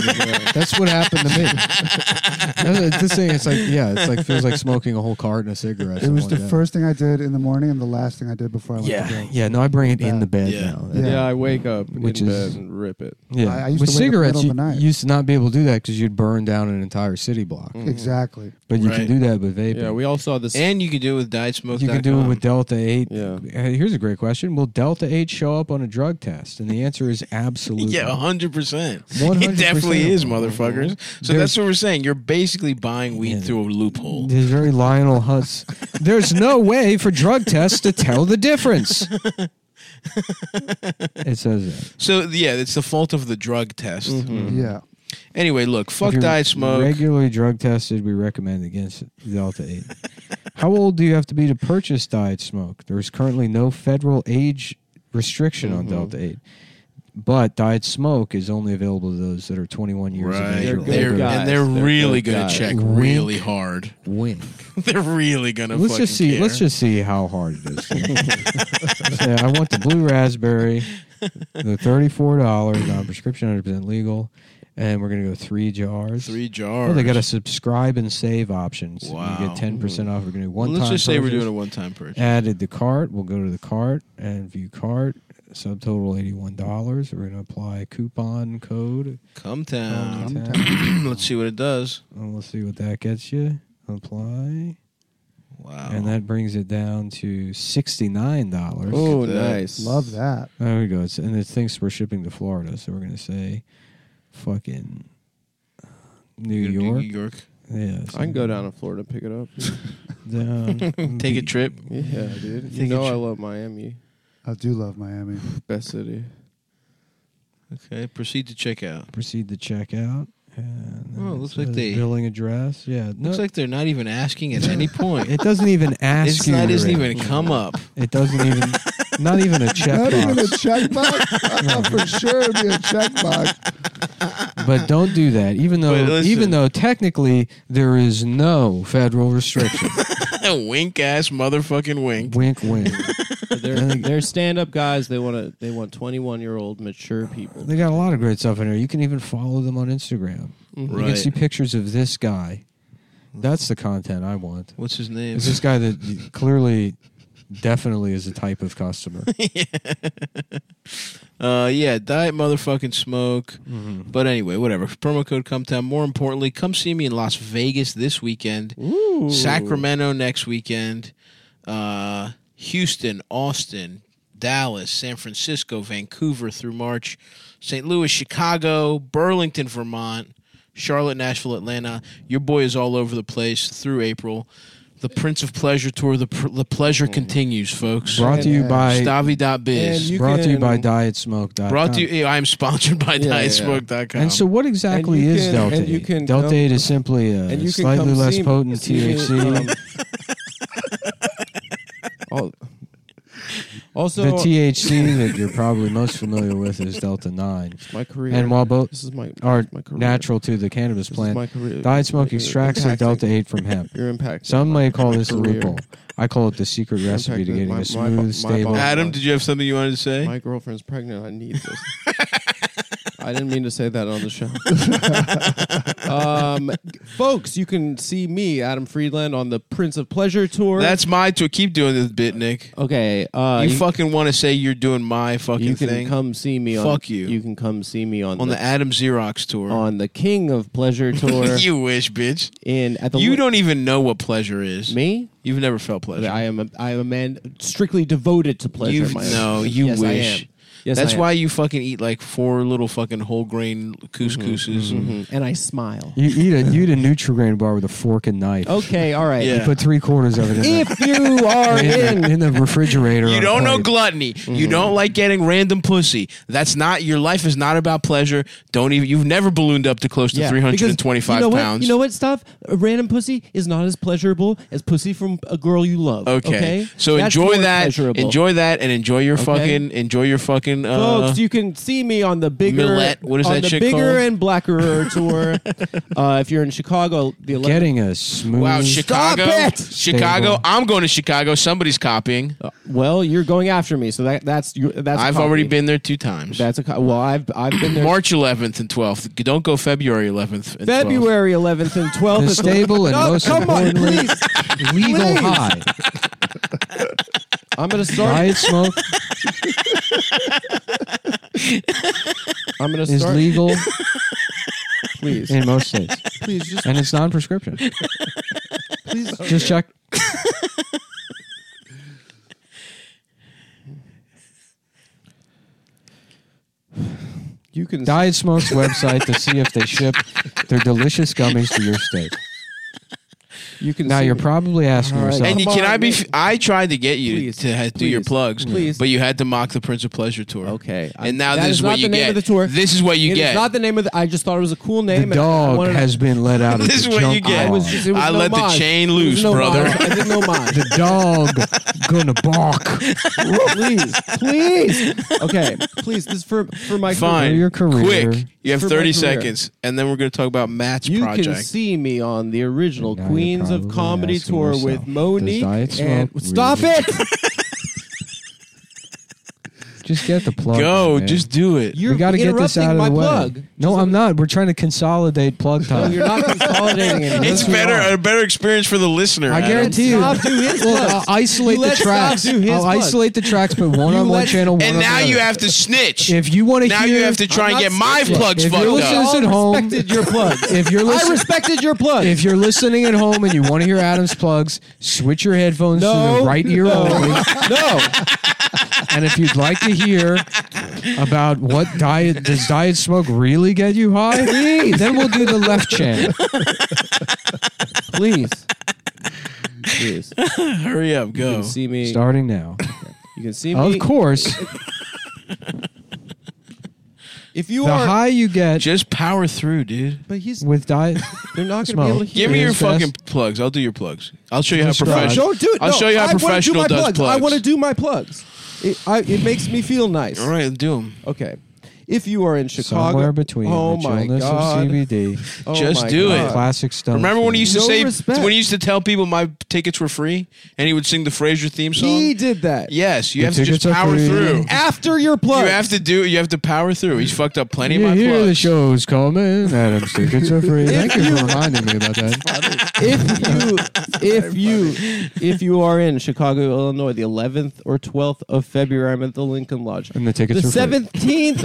Speaker 1: That's what happened to me. That's- this thing, it's like, yeah, it's like feels like smoking a whole carton of cigarettes.
Speaker 3: it was the
Speaker 1: Something like that.
Speaker 3: first thing I did in the morning and the last thing I did before I went to
Speaker 1: Yeah,
Speaker 3: bed.
Speaker 1: yeah. No, I bring it in the bed
Speaker 2: Yeah.
Speaker 1: now.
Speaker 3: Yeah.
Speaker 4: Yeah, I wake up
Speaker 1: Which
Speaker 4: in
Speaker 1: is-
Speaker 4: bed and rip it.
Speaker 1: Yeah,
Speaker 3: I- I used
Speaker 1: with
Speaker 3: to wake up in the
Speaker 1: cigarettes,
Speaker 3: middle
Speaker 1: you
Speaker 3: of the night.
Speaker 1: used to not be able to do that because you'd burn down an entire city block.
Speaker 3: Exactly.
Speaker 1: But you
Speaker 2: Right.
Speaker 1: can do that with vaping.
Speaker 4: Yeah, we all saw this.
Speaker 2: And you can do it with diet smoke.
Speaker 1: you can do it with Delta Eight.
Speaker 4: Yeah.
Speaker 1: Uh, Here's a great question: Will Delta Eight show up on a drug test? And the answer is absolutely.
Speaker 2: Yeah, hundred percent.
Speaker 1: 100%.
Speaker 2: It definitely is, motherfuckers. So
Speaker 1: There's-
Speaker 2: that's what we're saying. You're basically buying weed
Speaker 1: Yeah.
Speaker 2: through a loophole.
Speaker 1: There's very Lionel Hutz. There's no way for drug tests to tell the difference. it says that.
Speaker 2: So yeah, it's the fault of the drug test.
Speaker 1: Mm-hmm.
Speaker 3: Yeah.
Speaker 2: Anyway, look,
Speaker 1: If
Speaker 2: fuck
Speaker 1: you're
Speaker 2: diet smoke.
Speaker 1: Regularly drug tested, we recommend against Delta 8. How old do you have to be to purchase diet smoke? There is currently no federal age restriction
Speaker 2: Mm-hmm.
Speaker 1: on Delta 8. But diet smoke is only available to those that are 21 years of
Speaker 2: Right,
Speaker 1: age.
Speaker 4: They're
Speaker 1: or
Speaker 4: good
Speaker 2: They're-
Speaker 1: older.
Speaker 4: guys.
Speaker 2: and they're,
Speaker 4: They're
Speaker 2: really
Speaker 4: good
Speaker 2: gonna
Speaker 4: guys.
Speaker 2: check
Speaker 1: Wink.
Speaker 2: really hard.
Speaker 1: Wink.
Speaker 2: they're really gonna.
Speaker 1: Let's just
Speaker 2: fucking
Speaker 1: see.
Speaker 2: care.
Speaker 1: Let's just see how hard it is. yeah, I want the blue raspberry, the thirty-four dollar non-prescription, hundred percent legal, and we're gonna go three jars.
Speaker 2: three jars.
Speaker 1: Oh, they got a subscribe and save option. So You
Speaker 2: Wow.
Speaker 1: get ten percent off. We're gonna do
Speaker 2: Well,
Speaker 1: one.
Speaker 2: let's just say we're doing a one-time purchase.
Speaker 1: Added the cart. We'll go to the cart and view cart. Subtotal eighty-one dollars. We're gonna apply coupon code.
Speaker 2: Come town.
Speaker 3: Um,
Speaker 2: Let's see what it does.
Speaker 1: And we'll see what that gets you. Apply.
Speaker 2: Wow.
Speaker 1: And that brings it down to sixty-nine dollars.
Speaker 4: oh,
Speaker 2: Look at that.
Speaker 4: nice.
Speaker 3: Love that.
Speaker 1: There we go. It's, and it thinks we're shipping to Florida, so we're gonna say, fucking uh, New
Speaker 2: You're gonna do
Speaker 1: York.
Speaker 2: New York.
Speaker 1: Yeah,
Speaker 4: I can go down to Florida and pick it up.
Speaker 1: down.
Speaker 2: Take a trip.
Speaker 4: yeah, dude. You
Speaker 1: Think
Speaker 4: know
Speaker 1: it
Speaker 4: I
Speaker 1: should-
Speaker 4: love Miami,
Speaker 3: I do love Miami.
Speaker 4: best city.
Speaker 2: Okay. Proceed to checkout.
Speaker 1: Proceed to checkout. And then
Speaker 2: Oh,
Speaker 1: it
Speaker 2: looks like
Speaker 1: says
Speaker 2: they-
Speaker 1: billing address. Yeah, no,
Speaker 2: Looks like they're not even asking at any point.
Speaker 1: it doesn't even ask
Speaker 2: It's
Speaker 1: you.
Speaker 2: not
Speaker 1: your
Speaker 2: doesn't
Speaker 1: rate.
Speaker 2: even come up.
Speaker 1: It doesn't even. Not even a
Speaker 3: Not even a
Speaker 1: checkbox.
Speaker 3: checkbox. I thought for sure it'd be a checkbox.
Speaker 1: But don't do that. Even though,
Speaker 2: But listen.
Speaker 1: even though technically there is no federal restriction.
Speaker 2: wink ass motherfucking wink.
Speaker 1: wink, wink.
Speaker 4: They're they're stand up guys. They want to they want twenty one year old mature people.
Speaker 1: They got a lot of great stuff in there. You can even follow them on Instagram. You can
Speaker 2: Right.
Speaker 1: see pictures of this guy That's the content I want.
Speaker 2: What's his name?
Speaker 1: It's this guy that clearly, definitely is a type of customer.
Speaker 2: Uh, yeah, diet motherfucking smoke. But anyway, whatever. Promo code ComeTown. More importantly, come see me in Las Vegas this weekend, Sacramento next weekend, uh, Houston, Austin, Dallas, San Francisco, Vancouver through March, St. Louis, Chicago, Burlington, Vermont, Charlotte, Nashville, Atlanta. Your boy is all over the place through April. The Prince of Pleasure tour. The, pr- the pleasure continues, folks.
Speaker 1: Brought to you by
Speaker 4: And
Speaker 2: Stavi.biz.
Speaker 4: you
Speaker 1: brought to you
Speaker 4: can-
Speaker 1: by DietSmoke.com.
Speaker 2: Brought to you. I am sponsored by
Speaker 4: Yeah, yeah.
Speaker 2: DietSmoke.com.
Speaker 1: And so, what exactly
Speaker 4: you
Speaker 1: is
Speaker 4: can-
Speaker 1: Delta?
Speaker 4: and you
Speaker 1: eight?
Speaker 4: can
Speaker 1: Delta
Speaker 4: come-
Speaker 1: eight is simply a
Speaker 4: and you can
Speaker 1: slightly
Speaker 4: come
Speaker 1: less
Speaker 4: see me-
Speaker 1: potent
Speaker 4: see me,
Speaker 1: THC.
Speaker 4: um, al- also,
Speaker 1: the THC that you're probably most familiar with is Delta nine.
Speaker 4: my career.
Speaker 1: And while both
Speaker 4: this is my
Speaker 1: are
Speaker 4: my career.
Speaker 1: natural to the cannabis
Speaker 4: This is
Speaker 1: plant,
Speaker 4: my career.
Speaker 1: diet smoke
Speaker 4: You're
Speaker 1: extracts the
Speaker 4: impacting-
Speaker 1: Delta eight from hemp.
Speaker 4: You're impacting.
Speaker 1: Some may call this a
Speaker 4: career.
Speaker 1: loophole. I call it the secret recipe to
Speaker 4: Impacted
Speaker 1: getting
Speaker 4: my-
Speaker 1: a
Speaker 4: my
Speaker 1: smooth,
Speaker 4: bo- my
Speaker 1: stable.
Speaker 4: body.
Speaker 2: Adam, did you have something you wanted to say?
Speaker 4: My girlfriend's pregnant. I need this. I didn't mean to say that on the show. um, folks, you can see me, Adam Friedland, on the Prince of Pleasure tour.
Speaker 2: That's my tour. Keep doing this bit, Nick.
Speaker 4: okay. Uh,
Speaker 2: you, fucking want to say you're doing my fucking
Speaker 4: you can
Speaker 2: thing
Speaker 4: come see me. On,
Speaker 2: Fuck you.
Speaker 4: You can come see me on,
Speaker 2: on the Adam Xerox tour?
Speaker 4: on the King of Pleasure tour
Speaker 2: you wish, bitch.
Speaker 4: in at the
Speaker 2: You
Speaker 4: Lu-
Speaker 2: don't even know what pleasure is.
Speaker 4: me.
Speaker 2: You've never felt pleasure.
Speaker 4: I am a, I am a man strictly devoted to pleasure.
Speaker 2: You've-
Speaker 4: my-
Speaker 2: no, you
Speaker 4: Yes, I
Speaker 2: wish.
Speaker 4: am. Yes,
Speaker 2: That's
Speaker 4: I am.
Speaker 2: why you fucking eat like four little fucking whole grain couscouses.
Speaker 4: Mhm. and I smile.
Speaker 1: You eat a you eat a Nutrigrain bar with a fork and knife.
Speaker 4: Okay, all right.
Speaker 2: Yeah.
Speaker 1: Put three quarters of it in, the,
Speaker 4: If you are
Speaker 1: in, the, in
Speaker 4: in
Speaker 1: the refrigerator. on
Speaker 2: You
Speaker 1: a
Speaker 2: don't know
Speaker 1: plate.
Speaker 2: gluttony. You
Speaker 4: Mm-hmm.
Speaker 2: don't like getting random pussy. That's not your life is not about pleasure. Don't even you've never ballooned up to close to
Speaker 4: Yeah,
Speaker 2: three hundred and twenty
Speaker 4: because
Speaker 2: five
Speaker 4: you know what-
Speaker 2: pounds.
Speaker 4: You know what, stuff? A random pussy is not as pleasurable as pussy from a girl you love.
Speaker 2: Okay.
Speaker 4: Okay.
Speaker 2: So
Speaker 4: That's
Speaker 2: enjoy
Speaker 4: more
Speaker 2: that.
Speaker 4: pleasurable.
Speaker 2: Enjoy that and enjoy your fucking enjoy your fucking uh,
Speaker 4: Folks, you can see me on the bigger,
Speaker 2: Millette, what is
Speaker 4: on
Speaker 2: that
Speaker 4: the
Speaker 2: shit
Speaker 4: bigger
Speaker 2: called?
Speaker 4: and blacker tour. Uh, if you're in Chicago, the 11th
Speaker 1: Getting a smooth.
Speaker 2: Wow, Chicago.
Speaker 4: Stop it!
Speaker 2: Chicago.
Speaker 1: Stable.
Speaker 4: If you are in Chicago,
Speaker 1: Somewhere between
Speaker 4: oh
Speaker 1: the
Speaker 4: my
Speaker 1: chillness
Speaker 4: god,
Speaker 1: of CBD,
Speaker 4: Oh
Speaker 2: Just
Speaker 4: my
Speaker 2: do it.
Speaker 4: God.
Speaker 1: classic stuff.
Speaker 2: Remember when he used to
Speaker 4: No
Speaker 2: say
Speaker 4: respect.
Speaker 2: when he used to tell people my tickets were free, and he would sing the Frasier theme song.
Speaker 4: He did that.
Speaker 2: Yes, you
Speaker 1: Your
Speaker 2: have to just
Speaker 1: tickets are
Speaker 2: power
Speaker 1: free.
Speaker 2: through.
Speaker 4: After your
Speaker 2: You
Speaker 4: plug,
Speaker 2: have to do. You have to power through. He's fucked up plenty of
Speaker 1: You
Speaker 2: my
Speaker 1: hear the
Speaker 2: plugs.
Speaker 1: show's coming. Adam's tickets are free. Thank you for reminding me about that.
Speaker 4: if you if you if you are in Chicago, Illinois, the 11th or 12th of February, I'm at the Lincoln Lodge.
Speaker 1: And the tickets
Speaker 4: The
Speaker 1: are free.
Speaker 4: 17th,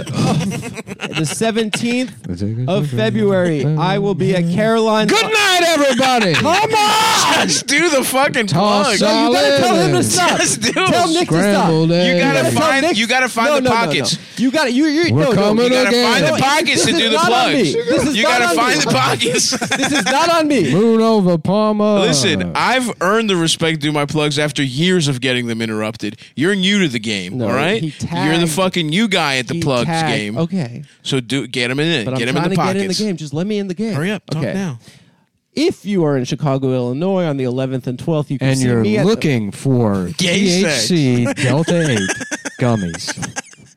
Speaker 4: of, the 17th
Speaker 1: The tickets are
Speaker 4: of
Speaker 1: free.
Speaker 4: February, I will be at Caroline.
Speaker 1: Good night, everybody.
Speaker 4: Come on!
Speaker 2: Just do the fucking plug.
Speaker 1: Toss
Speaker 4: No, you gotta tell him to stop.
Speaker 2: Just do.
Speaker 4: Tell Nick to stop.
Speaker 1: Scrambled
Speaker 2: You
Speaker 1: eggs.
Speaker 2: gotta
Speaker 4: tell
Speaker 2: find-
Speaker 4: Nick-
Speaker 2: you gotta find
Speaker 4: No,
Speaker 2: the
Speaker 4: no, no, no.
Speaker 2: pockets.
Speaker 4: You gotta. You. You.
Speaker 1: We're
Speaker 4: no, no,
Speaker 1: coming
Speaker 4: you
Speaker 2: You
Speaker 4: gotta-
Speaker 2: gotta
Speaker 1: again.
Speaker 2: find
Speaker 4: No,
Speaker 2: the pockets
Speaker 4: this
Speaker 2: to
Speaker 4: is
Speaker 2: do the
Speaker 4: not on me.
Speaker 2: plugs.
Speaker 4: This is
Speaker 2: You
Speaker 4: not
Speaker 2: gotta
Speaker 4: on
Speaker 2: find
Speaker 4: me.
Speaker 2: the pockets.
Speaker 4: This is not on me.
Speaker 1: Moon over Palmer.
Speaker 2: Listen, I've earned the respect due my plugs after years of getting them interrupted. You're new to the game,
Speaker 4: No,
Speaker 2: all right?
Speaker 4: he tagged-
Speaker 2: You're the fucking new guy at the
Speaker 4: He
Speaker 2: plugs
Speaker 4: tagged-
Speaker 2: game.
Speaker 4: Okay.
Speaker 2: So do get him in.
Speaker 4: But
Speaker 2: get him
Speaker 4: I'm
Speaker 2: in
Speaker 4: trying
Speaker 2: the
Speaker 4: to
Speaker 2: pockets.
Speaker 4: get in the game. Just let me in the game.
Speaker 2: Hurry up, talk now.
Speaker 4: If you are in Chicago, Illinois, on the 11th and 12th, you can
Speaker 1: and
Speaker 4: see
Speaker 1: you're
Speaker 4: me at the-
Speaker 1: looking for
Speaker 2: Gay sex.
Speaker 1: THC Delta 8 gummies.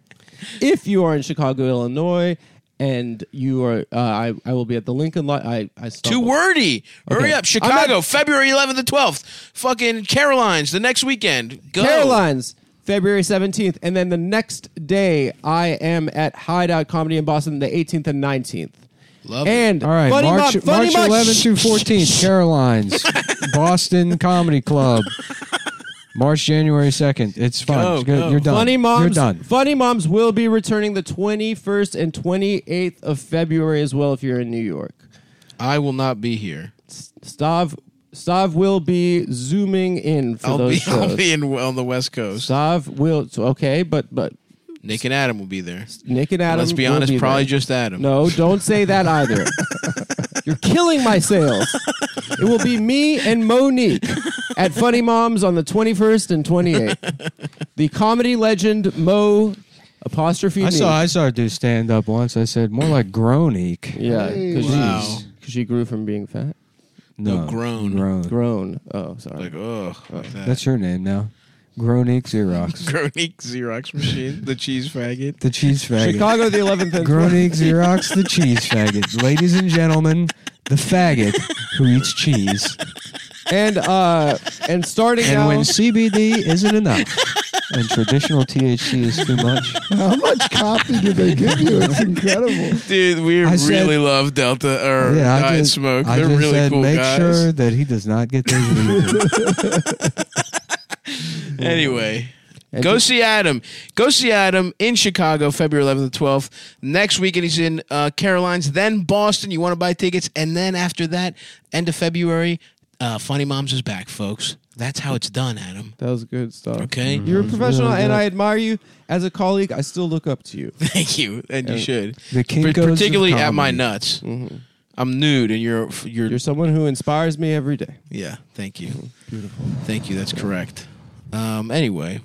Speaker 4: if you are in Chicago, Illinois, and you are, uh, I, I will be at the Lincoln. Li- I, I
Speaker 2: Too
Speaker 4: stumbled.
Speaker 2: wordy. Hurry
Speaker 4: Okay.
Speaker 2: up. Chicago, February 11th and 12th. Fucking Caroline's the next weekend. Go.
Speaker 4: Carolines, February 17th, and then the next day, I am at Hideout Comedy in Boston, the 18th and 19th.
Speaker 2: Love it.
Speaker 4: and
Speaker 1: All right,
Speaker 4: funny
Speaker 1: March,
Speaker 4: Mo- funny
Speaker 1: March
Speaker 4: Mo-
Speaker 1: 11 through 14, Caroline's, Boston Comedy Club. March, January 2nd. It's fun.
Speaker 2: Go,
Speaker 1: It's good.
Speaker 2: go.
Speaker 1: You're done.
Speaker 4: Funny moms,
Speaker 1: You're done.
Speaker 4: Funny moms will be returning the 21st and 28th of February as well. If you're in New York,
Speaker 2: I will not be here.
Speaker 4: Stav Stav will be zooming in for
Speaker 2: I'll
Speaker 4: those
Speaker 2: be,
Speaker 4: shows.
Speaker 2: I'll be in, on the West Coast.
Speaker 4: Stav will so, okay, but but
Speaker 2: Nick and Adam will be there.
Speaker 4: Nick and Adam.
Speaker 2: Let's be
Speaker 4: will
Speaker 2: honest, probably
Speaker 4: there.
Speaker 2: just Adam.
Speaker 4: No, don't say that either. You're killing my sales. It will be me and Monique at Funny Moms on the 21st and 28th. The comedy legend Mo apostrophe.
Speaker 1: I
Speaker 4: Neek.
Speaker 1: saw I saw her do stand up once. I said more like groaneek.
Speaker 4: Yeah, because
Speaker 2: Wow.
Speaker 4: she grew from being fat.
Speaker 1: No,
Speaker 2: No, groan.
Speaker 1: Groan.
Speaker 4: Grown. Oh, sorry.
Speaker 2: Like, ugh. Like that.
Speaker 1: That's her name now. Groaneek Xerox.
Speaker 2: Gronik Xerox machine, the cheese faggot.
Speaker 1: the cheese faggot.
Speaker 4: Chicago the 11th and
Speaker 1: Groaneek Xerox, the cheese faggot. Ladies and gentlemen, the faggot who eats cheese.
Speaker 4: and uh and starting
Speaker 1: And
Speaker 4: now.
Speaker 1: when CBD isn't enough and traditional THC is too much,
Speaker 3: How much copy did they give you? It's incredible.
Speaker 2: Dude, we
Speaker 1: I
Speaker 2: really
Speaker 1: said-
Speaker 2: love Delta or
Speaker 1: yeah, I
Speaker 2: Diet
Speaker 1: just,
Speaker 2: Smoke.
Speaker 1: I
Speaker 2: They're
Speaker 1: just
Speaker 2: really
Speaker 1: said
Speaker 2: cool
Speaker 1: make
Speaker 2: guys.
Speaker 1: sure that he does not get those. measles.
Speaker 2: Anyway, go see Adam. Go see Adam in Chicago, February 11th to 12th. Next weekend, he's in uh, Caroline's, then Boston. You want to buy tickets. And then after that, end of February, uh, Funny Moms is back, folks. That's how it's done, Adam.
Speaker 4: that was good stuff. Mm-hmm.
Speaker 2: Okay?
Speaker 4: You're a professional, and I admire you as a colleague. I still look up to you.
Speaker 2: Thank you. And you should.
Speaker 1: the
Speaker 2: P-
Speaker 1: Kinkos of
Speaker 2: Particularly at my
Speaker 1: comedy. Mm-hmm.
Speaker 2: nuts. I'm nude, and you're, you're.
Speaker 4: You're someone who inspires me every day.
Speaker 2: Yeah, thank you.
Speaker 1: Mm-hmm.
Speaker 2: Thank you. That's correct. Um, anyway,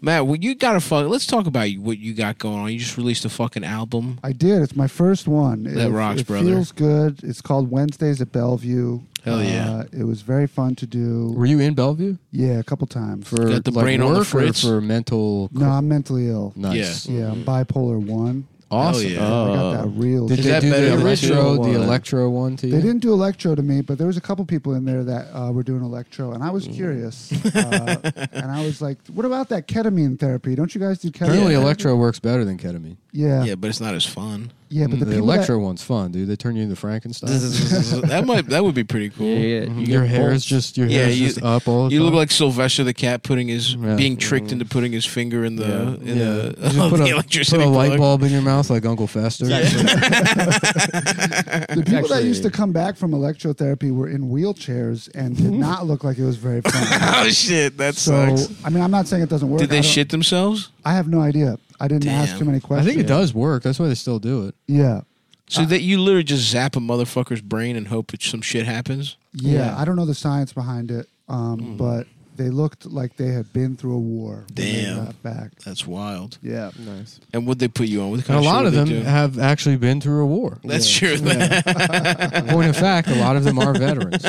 Speaker 2: Matt, well, you got to fuck. Let's talk about you- what you got going on. You just released a fucking album.
Speaker 3: I did. It's my first one.
Speaker 2: That
Speaker 3: it,
Speaker 2: rocks,
Speaker 3: it
Speaker 2: brother.
Speaker 3: feels good. It's called Wednesdays at Bellevue.
Speaker 2: Hell yeah.
Speaker 3: Uh, it was very fun to do.
Speaker 1: Were you in Bellevue
Speaker 3: Yeah, a couple times.
Speaker 1: for
Speaker 2: Got the
Speaker 1: like,
Speaker 2: brain on the
Speaker 1: work or
Speaker 2: fritz?
Speaker 1: for mental?
Speaker 3: no, I'm mentally ill.
Speaker 1: Nice.
Speaker 3: Yeah, I'm bipolar one.
Speaker 1: Awesome.
Speaker 2: Hell yeah.
Speaker 3: I got that real.
Speaker 1: Did
Speaker 2: Is
Speaker 1: they
Speaker 2: that
Speaker 1: do the
Speaker 2: better than the
Speaker 1: electro,
Speaker 4: original
Speaker 1: the
Speaker 4: one?
Speaker 1: electro one to you?
Speaker 3: They didn't do electro to me, but there was a couple people in there that uh, were doing electro, and I was curious. Uh, and I was like, "What about that ketamine therapy? Don't you guys do ketamine?"
Speaker 1: Apparently,
Speaker 3: therapy?"
Speaker 1: electro works better than ketamine.
Speaker 3: Yeah,
Speaker 2: Yeah, but it's not as fun.
Speaker 3: yeah, but the,
Speaker 1: mm, the,
Speaker 3: people that-
Speaker 1: electro one's fun, dude. They turn you into Frankenstein.
Speaker 2: that might that would be pretty cool.
Speaker 1: your hair is just your hair
Speaker 2: Yeah,
Speaker 1: is
Speaker 2: you-
Speaker 1: just up all the
Speaker 2: You
Speaker 1: time.
Speaker 2: look like Sylvester the cat putting his
Speaker 1: Yeah.
Speaker 2: being tricked into putting his finger in the in the,
Speaker 1: You just put,
Speaker 2: the
Speaker 1: a,
Speaker 2: electricity
Speaker 1: put a light
Speaker 2: plug.
Speaker 1: bulb in your mouth like Uncle Fester.
Speaker 3: the people that
Speaker 4: actually-
Speaker 3: used to come back from electro therapy were in wheelchairs and did not look like it was very fun.
Speaker 2: Oh shit, that
Speaker 3: so,
Speaker 2: sucks.
Speaker 3: I mean, I'm not saying it doesn't work.
Speaker 2: Did
Speaker 3: I
Speaker 2: they
Speaker 3: don't-
Speaker 2: shit themselves?
Speaker 3: I have no idea. I didn't ask
Speaker 2: Damn.
Speaker 3: too many
Speaker 1: I
Speaker 3: questions.
Speaker 1: think it does work. That's why they still do it.
Speaker 3: Yeah.
Speaker 1: Ah.
Speaker 2: So that you literally just zap a motherfucker's brain and hope that some shit happens?
Speaker 3: yeah,
Speaker 4: Yeah.
Speaker 3: I don't know the science behind it, um,
Speaker 2: Mm.
Speaker 3: but they looked like they had been through a war. when they
Speaker 2: Damn.
Speaker 3: got back.
Speaker 2: That's wild.
Speaker 3: Yeah.
Speaker 4: Nice.
Speaker 2: And would they put you on? What
Speaker 1: And
Speaker 2: kind
Speaker 1: a lot
Speaker 2: shit
Speaker 1: of
Speaker 2: would
Speaker 1: them
Speaker 2: they do?
Speaker 1: have actually been through a war.
Speaker 2: That's true.
Speaker 1: Point of fact, a lot of them are veterans.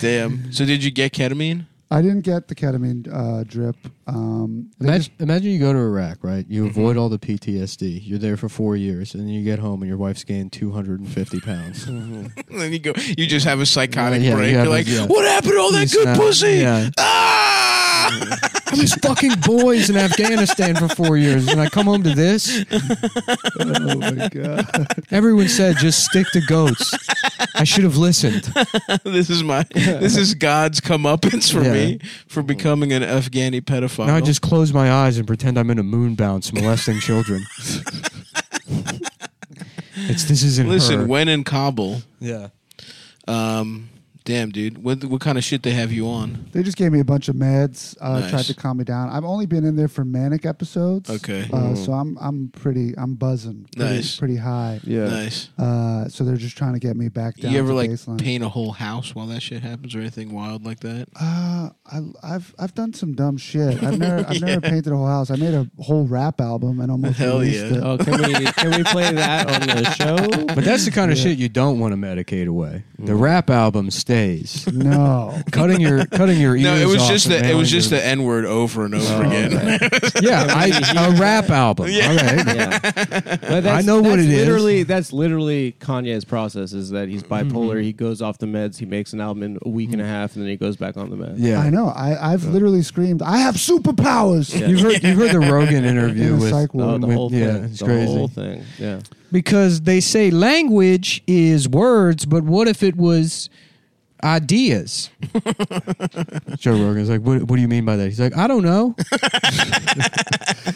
Speaker 2: Damn. So did you get ketamine?
Speaker 3: I didn't get the ketamine uh, drip. Um, they
Speaker 1: Imagine,
Speaker 3: just-
Speaker 1: imagine you go to Iraq, right? You
Speaker 3: Mm-hmm.
Speaker 1: avoid all the PTSD. You're there for four years, and then you get home, and your wife's gained 250 pounds.
Speaker 2: And then you go, you just have a psychotic
Speaker 1: Yeah, yeah,
Speaker 2: break.
Speaker 1: you
Speaker 2: You're
Speaker 1: have a-
Speaker 2: like,
Speaker 1: yeah.
Speaker 2: what happened to all that
Speaker 1: You
Speaker 2: good
Speaker 1: snap.
Speaker 2: pussy?
Speaker 1: Yeah.
Speaker 2: Ah!
Speaker 1: I was fucking boys in Afghanistan for four years, and I come home to this.
Speaker 3: oh my god!
Speaker 1: Everyone said just stick to goats. I should have listened.
Speaker 2: this is my, this is God's comeuppance for
Speaker 1: Yeah.
Speaker 2: me for becoming an Afghani pedophile.
Speaker 1: Now I just close my eyes and pretend I'm in a moon bounce molesting children. it's this isn't
Speaker 2: listen
Speaker 1: her.
Speaker 2: when in Kabul.
Speaker 1: yeah.
Speaker 2: Um, damn, dude, what what kind of shit they have you on?
Speaker 3: They just gave me a bunch of meds. Uh,
Speaker 2: Nice.
Speaker 3: Tried to calm me down. I've only been in there for manic episodes.
Speaker 2: Okay. Mm-hmm.
Speaker 3: Uh, so I'm I'm pretty I'm buzzing. Pretty,
Speaker 2: Nice.
Speaker 3: Pretty high.
Speaker 4: Yeah.
Speaker 2: Nice.
Speaker 3: Uh, so they're just trying to get me back down.
Speaker 2: you ever
Speaker 3: to
Speaker 2: like
Speaker 3: baseline.
Speaker 2: paint a whole house while that shit happens or anything wild like that?
Speaker 3: Uh, I, I've I've done some dumb shit. I've never I've never painted a whole house. I made a whole rap album and almost
Speaker 2: Hell
Speaker 3: released
Speaker 2: yeah.
Speaker 3: it.
Speaker 4: Oh, can we can we play that on the show?
Speaker 1: But that's the kind of shit you don't want to medicate away. The
Speaker 4: Mm.
Speaker 1: rap album stays.
Speaker 3: No,
Speaker 1: cutting your cutting your ears.
Speaker 2: No, it was
Speaker 1: off
Speaker 2: just
Speaker 1: and
Speaker 2: the it
Speaker 1: mailing
Speaker 2: was just
Speaker 1: your-
Speaker 2: the N word over and over
Speaker 1: Oh,
Speaker 2: again.
Speaker 1: yeah. I, a rap album.
Speaker 2: Yeah.
Speaker 1: All right.
Speaker 4: yeah. But that's,
Speaker 1: I know what
Speaker 4: that's
Speaker 1: it is.
Speaker 4: literally, That's literally Kanye's process is that he's
Speaker 1: Mm-hmm.
Speaker 4: bipolar. He goes off the meds. He makes an album in a week and a half, and then he goes back on the meds.
Speaker 1: Yeah.
Speaker 3: I know. I I've literally screamed. I have superpowers.
Speaker 4: Yeah.
Speaker 1: You've heard you've heard the Rogan interview
Speaker 3: In a
Speaker 1: with
Speaker 3: psych ward.
Speaker 4: Oh, the
Speaker 1: with-
Speaker 4: whole thing.
Speaker 1: yeah, it's
Speaker 4: the
Speaker 1: crazy.
Speaker 4: whole thing. Yeah.
Speaker 5: because they say language is words, but what if it was ideas?
Speaker 1: Joe Rogan's like, what, what do you mean by that? He's like, I don't know.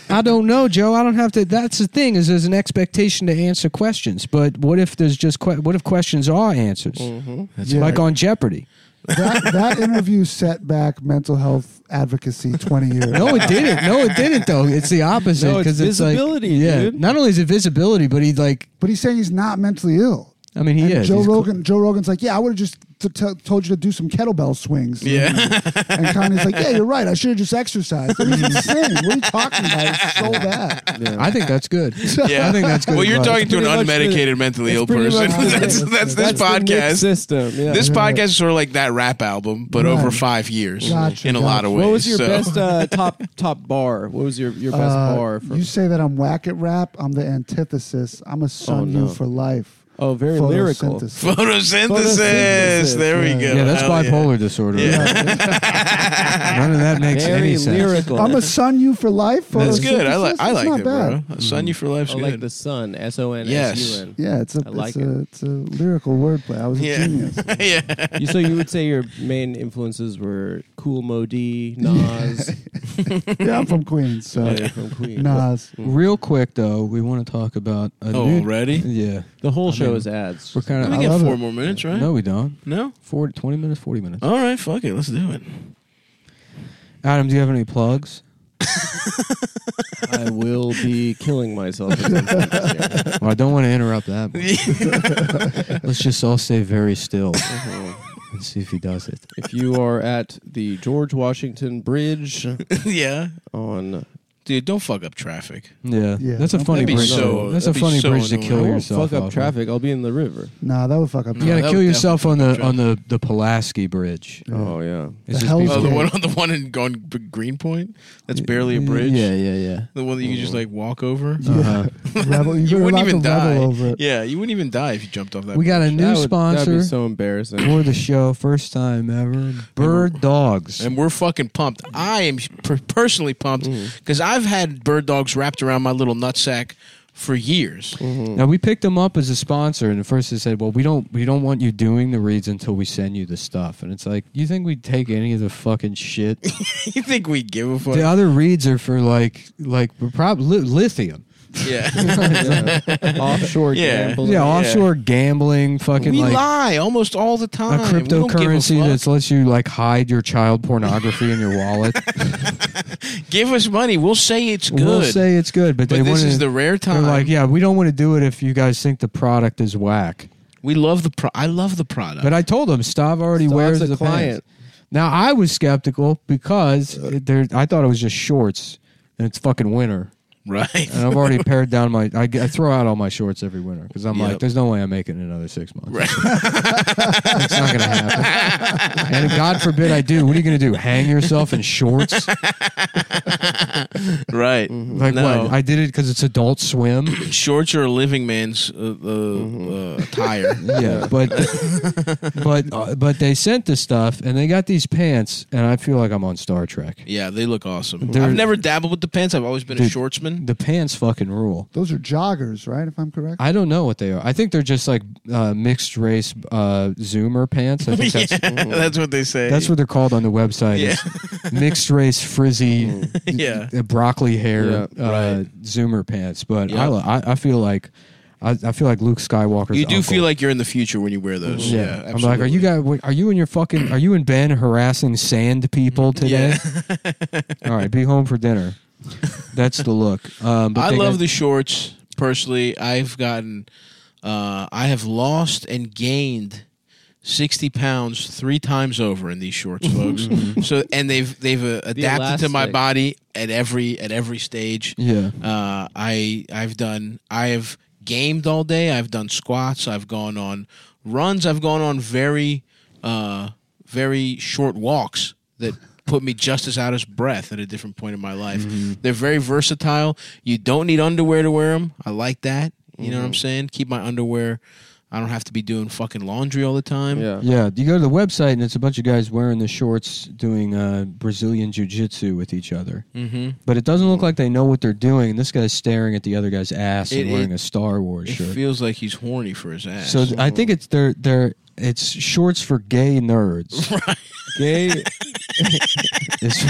Speaker 1: I don't know, Joe. I don't have to. That's the thing is, there's an expectation to answer questions. But what if there's just que- what if questions are answers?
Speaker 4: Mm-hmm.
Speaker 3: Yeah.
Speaker 1: Like on Jeopardy.
Speaker 3: that that interview set back mental health advocacy twenty years.
Speaker 1: No, it didn't. No, it didn't. Though it's the opposite
Speaker 4: No, it's
Speaker 1: because it's,
Speaker 4: visibility,
Speaker 1: like, yeah.
Speaker 4: dude.
Speaker 1: Not only is it visibility, but he like.
Speaker 3: but he's saying he's not mentally ill.
Speaker 1: I mean, he
Speaker 3: And
Speaker 1: is.
Speaker 3: Joe
Speaker 1: He's cl-
Speaker 3: Rogan. Joe Rogan's like, yeah, I would have just t- t- told you to do some kettlebell swings.
Speaker 2: yeah.
Speaker 3: And Kanye's like, yeah, you're right. I should have just exercised. That was insane. What are you talking about? It's so bad.
Speaker 1: I think that's good.
Speaker 2: Yeah.
Speaker 1: I think that's good.
Speaker 2: Well, you're
Speaker 1: advice.
Speaker 2: talking to an
Speaker 4: Pretty much the-
Speaker 2: unmedicated mentally
Speaker 4: it's
Speaker 2: ill
Speaker 4: pretty
Speaker 2: person.
Speaker 4: much the-
Speaker 2: that's that's this
Speaker 4: That's the Nick
Speaker 2: podcast.
Speaker 4: system. Yeah.
Speaker 2: This podcast is sort of like that rap album, but
Speaker 3: Right.
Speaker 2: over five years
Speaker 3: Gotcha,
Speaker 2: in a lot of ways.
Speaker 4: what was your
Speaker 2: so-
Speaker 4: best uh, top top bar? What was your, your best
Speaker 3: Uh,
Speaker 4: bar? For,
Speaker 3: you say that I'm whack at rap. I'm the antithesis. I'm a son
Speaker 4: no.
Speaker 3: you for life.
Speaker 4: oh, very lyrical.
Speaker 3: Photosynthesis.
Speaker 2: photosynthesis.
Speaker 4: Photosynthesis,
Speaker 2: There we go.
Speaker 1: Yeah, that's
Speaker 2: Hell
Speaker 1: bipolar disorder. None of that makes
Speaker 4: Very
Speaker 1: any sense.
Speaker 4: lyrical.
Speaker 3: I'm a son you for life.
Speaker 2: That's good. I like.
Speaker 3: photosynthesis?
Speaker 2: I
Speaker 3: It's
Speaker 2: like
Speaker 3: not
Speaker 2: it,
Speaker 3: bad.
Speaker 2: bro. Son, you for life's
Speaker 4: oh,
Speaker 2: good.
Speaker 4: like the sun. S O N S U N.
Speaker 3: Yeah, it's a,
Speaker 4: I
Speaker 3: it's,
Speaker 4: like
Speaker 3: a it's a lyrical wordplay. I was a
Speaker 2: Yeah.
Speaker 3: genius.
Speaker 2: yeah.
Speaker 4: You, so you would say your main influences were Cool Modi, Nas,
Speaker 3: yeah, I'm from Queens, so
Speaker 4: uh, from Queen.
Speaker 3: Nas.
Speaker 1: Real quick though, we want to talk about a
Speaker 2: Oh,
Speaker 1: new.
Speaker 2: already?
Speaker 1: Yeah,
Speaker 4: The whole show
Speaker 1: mean,
Speaker 4: is ads.
Speaker 1: we're kind
Speaker 2: We
Speaker 1: of.
Speaker 2: get
Speaker 3: love
Speaker 2: four
Speaker 3: it.
Speaker 2: more minutes, right?
Speaker 1: No, we don't.
Speaker 2: No.
Speaker 1: 40, 20 minutes, forty minutes.
Speaker 2: All right. Fuck it. Let's do it.
Speaker 1: Adam, do you have any plugs?
Speaker 4: I will be killing myself. at some point this year.
Speaker 1: Well, Oh, I don't want to interrupt that. but Let's just all stay very still
Speaker 2: Uh-huh.
Speaker 1: and see if he does it.
Speaker 4: if you are at the George Washington Bridge
Speaker 2: yeah.
Speaker 4: on,
Speaker 2: Dude, don't fuck up traffic.
Speaker 1: Yeah,
Speaker 3: Yeah.
Speaker 1: that's a
Speaker 3: That'd
Speaker 1: funny
Speaker 2: be
Speaker 1: bridge.
Speaker 2: so-
Speaker 1: that's a
Speaker 2: that'd be
Speaker 1: funny
Speaker 2: so
Speaker 1: bridge to
Speaker 2: annoying.
Speaker 4: I
Speaker 1: kill
Speaker 4: won't
Speaker 1: yourself.
Speaker 4: fuck up
Speaker 1: off of.
Speaker 4: traffic. I'll be in the river.
Speaker 3: No, that would fuck up.
Speaker 1: You gotta
Speaker 2: that
Speaker 1: kill
Speaker 2: would
Speaker 1: yourself on
Speaker 2: definitely
Speaker 1: the
Speaker 2: fuck up
Speaker 1: on the the Pulaski Bridge.
Speaker 4: Oh yeah.
Speaker 1: It's
Speaker 3: The
Speaker 1: just
Speaker 3: hell's
Speaker 2: Oh,
Speaker 1: people-
Speaker 2: the
Speaker 3: Okay.
Speaker 2: one on the one in on Greenpoint. That's barely a bridge.
Speaker 1: Yeah, yeah, yeah.
Speaker 2: The one that you can
Speaker 1: Mm-hmm.
Speaker 2: just like walk over.
Speaker 1: Uh-huh.
Speaker 3: Revel,
Speaker 2: You
Speaker 3: you're
Speaker 2: wouldn't
Speaker 3: allowed
Speaker 2: even
Speaker 3: to revel
Speaker 2: die.
Speaker 3: over it.
Speaker 2: Yeah, you wouldn't even die if you jumped off that.
Speaker 1: We got a new
Speaker 4: That would- That'd
Speaker 1: sponsor
Speaker 4: be so embarrassing.
Speaker 1: for the show, first time ever. Bird Dogs.
Speaker 2: and we're fucking pumped. I am per- personally pumped
Speaker 1: Mm-hmm.
Speaker 2: because I've had bird dogs wrapped around my little nutsack for years.
Speaker 1: Now we picked them up as a sponsor, and at first they said, "Well, we don't, we don't want you doing the reads until we send you the stuff." And it's like, you think we'd take any of the fucking shit?
Speaker 2: you think we give a fuck?
Speaker 1: the other reads are for like, like probably lithium,
Speaker 2: Yeah,
Speaker 4: Offshore
Speaker 2: Yeah.
Speaker 4: gambling.
Speaker 1: yeah, offshore gambling, fucking
Speaker 2: we
Speaker 1: like
Speaker 2: lie almost all the
Speaker 1: a
Speaker 2: time. We don't give
Speaker 1: cryptocurrency
Speaker 2: fuck.
Speaker 1: that lets you like hide your child pornography in your wallet.
Speaker 2: give us money. We'll say it's good.
Speaker 1: We'll say it's good, but, they
Speaker 2: but this
Speaker 1: wanna-
Speaker 2: is the rare
Speaker 1: They're
Speaker 2: time.
Speaker 1: like, yeah, we don't want to do it if you guys think the product is whack.
Speaker 2: we love the. Pro- I love the product.
Speaker 1: But I told him Stav already
Speaker 4: Stav's
Speaker 1: wears
Speaker 4: a
Speaker 1: the
Speaker 4: client.
Speaker 1: pants. Now I was skeptical because it- there, I thought it was just shorts, and it's fucking winter.
Speaker 2: Right.
Speaker 1: And I've already pared down my. I, I throw out all my shorts every winter because I'm
Speaker 2: Yep.
Speaker 1: like, there's no way I'm making it another six months. it's not gonna happen. And God forbid I do. What are you gonna do? Hang yourself in shorts?
Speaker 2: Right.
Speaker 1: Like
Speaker 2: no.
Speaker 1: what? I did it because it's Adult Swim.
Speaker 2: Shorts are a living man's uh, uh,
Speaker 1: Mm-hmm.
Speaker 2: uh, attire.
Speaker 1: yeah, but but uh, but they sent the stuff and they got these pants, and I feel like I'm on Star Trek.
Speaker 2: yeah, they look awesome.
Speaker 1: They're-
Speaker 2: I've never dabbled with the pants. I've always been a
Speaker 1: Dude.
Speaker 2: shortsman.
Speaker 1: The pants fucking rule.
Speaker 3: Those are joggers, right? If I'm correct.
Speaker 1: I don't know what they are. I think they're just like uh, mixed race uh, Zoomer pants. I think that's
Speaker 2: yeah, that's what they say.
Speaker 1: that's what they're called on the website.
Speaker 2: Yeah.
Speaker 1: is mixed race frizzy
Speaker 2: yeah.
Speaker 1: uh, broccoli hair
Speaker 4: Yeah,
Speaker 1: uh, Zoomer pants. But I
Speaker 2: Yep.
Speaker 1: li- I, I feel like I, I feel like Luke Skywalker's.
Speaker 2: You do
Speaker 1: uncle.
Speaker 2: feel like you're in the future when you wear those. Yeah.
Speaker 1: I'm like, are you
Speaker 2: absolutely.
Speaker 1: guys? Are you and your fucking? Are you and Ben harassing sand people today? All right, be home for dinner. That's the look. Um, but
Speaker 2: I
Speaker 1: they
Speaker 2: love
Speaker 1: got-
Speaker 2: the shorts personally. I've gotten, uh, I have lost and gained sixty pounds three times over in these shorts, folks. so and they've they've uh, adapted to my
Speaker 4: elastic.
Speaker 2: body at every at every stage.
Speaker 1: Yeah.
Speaker 2: Uh, I I've done I have gamed all day. I've done squats. I've gone on runs. I've gone on very uh, very short walks that put me just as out of breath at a different point in my life.
Speaker 4: Mm-hmm.
Speaker 2: They're very versatile. You don't need underwear to wear them. I like that. You know what
Speaker 4: Mm-hmm.
Speaker 2: I'm saying? Keep my underwear. I don't have to be doing fucking laundry all the time.
Speaker 4: Yeah.
Speaker 1: Yeah, you go to the website and it's a bunch of guys wearing the shorts doing uh, Brazilian jiu-jitsu with each other.
Speaker 2: Mm-hmm.
Speaker 1: But it doesn't look like they know what they're doing. This guy's staring at the other guy's ass
Speaker 2: It-
Speaker 1: and wearing
Speaker 2: it-
Speaker 1: a Star Wars
Speaker 2: It
Speaker 1: shirt.
Speaker 2: feels like he's horny for his ass.
Speaker 1: So th- I think it's they're they're it's shorts for gay nerds. Gay is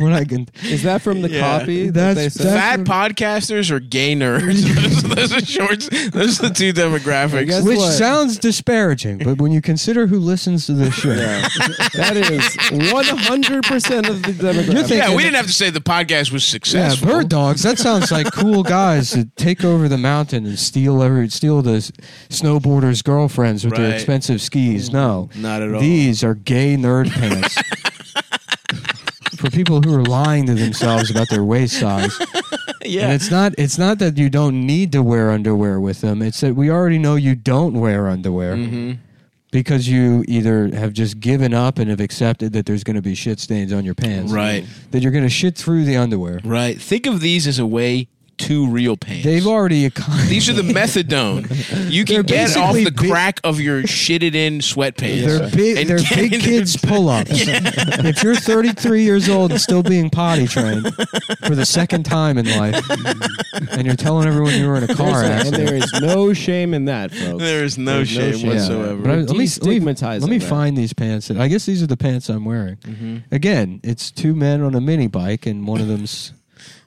Speaker 1: what I can.
Speaker 4: Is that from the
Speaker 2: Yeah.
Speaker 4: copy? that
Speaker 1: That's-
Speaker 4: they
Speaker 1: that's-
Speaker 4: sent?
Speaker 2: Fat podcasters or gay nerds. those, those are shorts. Those are the two demographics.
Speaker 4: guess-
Speaker 1: Which
Speaker 4: what?
Speaker 1: sounds disparaging, but when you consider who listens to this show,
Speaker 4: that is one hundred percent of the
Speaker 1: You're
Speaker 4: demographic.
Speaker 1: thinking-
Speaker 2: yeah, we didn't have to say the podcast was
Speaker 1: yeah,
Speaker 2: successful.
Speaker 1: bird dogs. That sounds like cool guys that take over the mountain and steal every steal the s- snowboarders' girlfriends with their
Speaker 2: Right. Mm,
Speaker 1: expensive skis. No,
Speaker 2: Not at all.
Speaker 1: These are gay nerd pants for people who are lying to themselves about their waist size. And
Speaker 2: yeah.
Speaker 1: it's not it's not that you don't need to wear underwear with them. It's that we already know you don't wear underwear.
Speaker 2: Mm-hmm.
Speaker 1: Because you either have just given up and have accepted that there's going to be shit stains on your pants,
Speaker 2: Right.
Speaker 1: That you're going to shit through the underwear.
Speaker 2: Right. Think of these as a way to real pants.
Speaker 1: They've already econ-
Speaker 2: these are the methadone you can
Speaker 1: They're
Speaker 2: get off
Speaker 1: basically
Speaker 2: the
Speaker 1: big-
Speaker 2: crack of your shitted in sweatpants.
Speaker 1: they're big
Speaker 2: And
Speaker 1: they're
Speaker 2: get
Speaker 1: big
Speaker 2: into-
Speaker 1: kids pull ups. If you're 33 years old and still being potty trained for the second time in life, and you're telling everyone you were in a car
Speaker 4: There's- and
Speaker 1: accident,
Speaker 4: there is no shame in that, folks.
Speaker 2: There is no
Speaker 4: There's
Speaker 2: shame whatsoever.
Speaker 1: But I-
Speaker 4: We're
Speaker 1: let me
Speaker 4: destigmatizing
Speaker 1: Let me
Speaker 4: that.
Speaker 1: find these pants. That, I guess these are the pants I'm wearing. Again, it's two men on a mini bike, and one of them's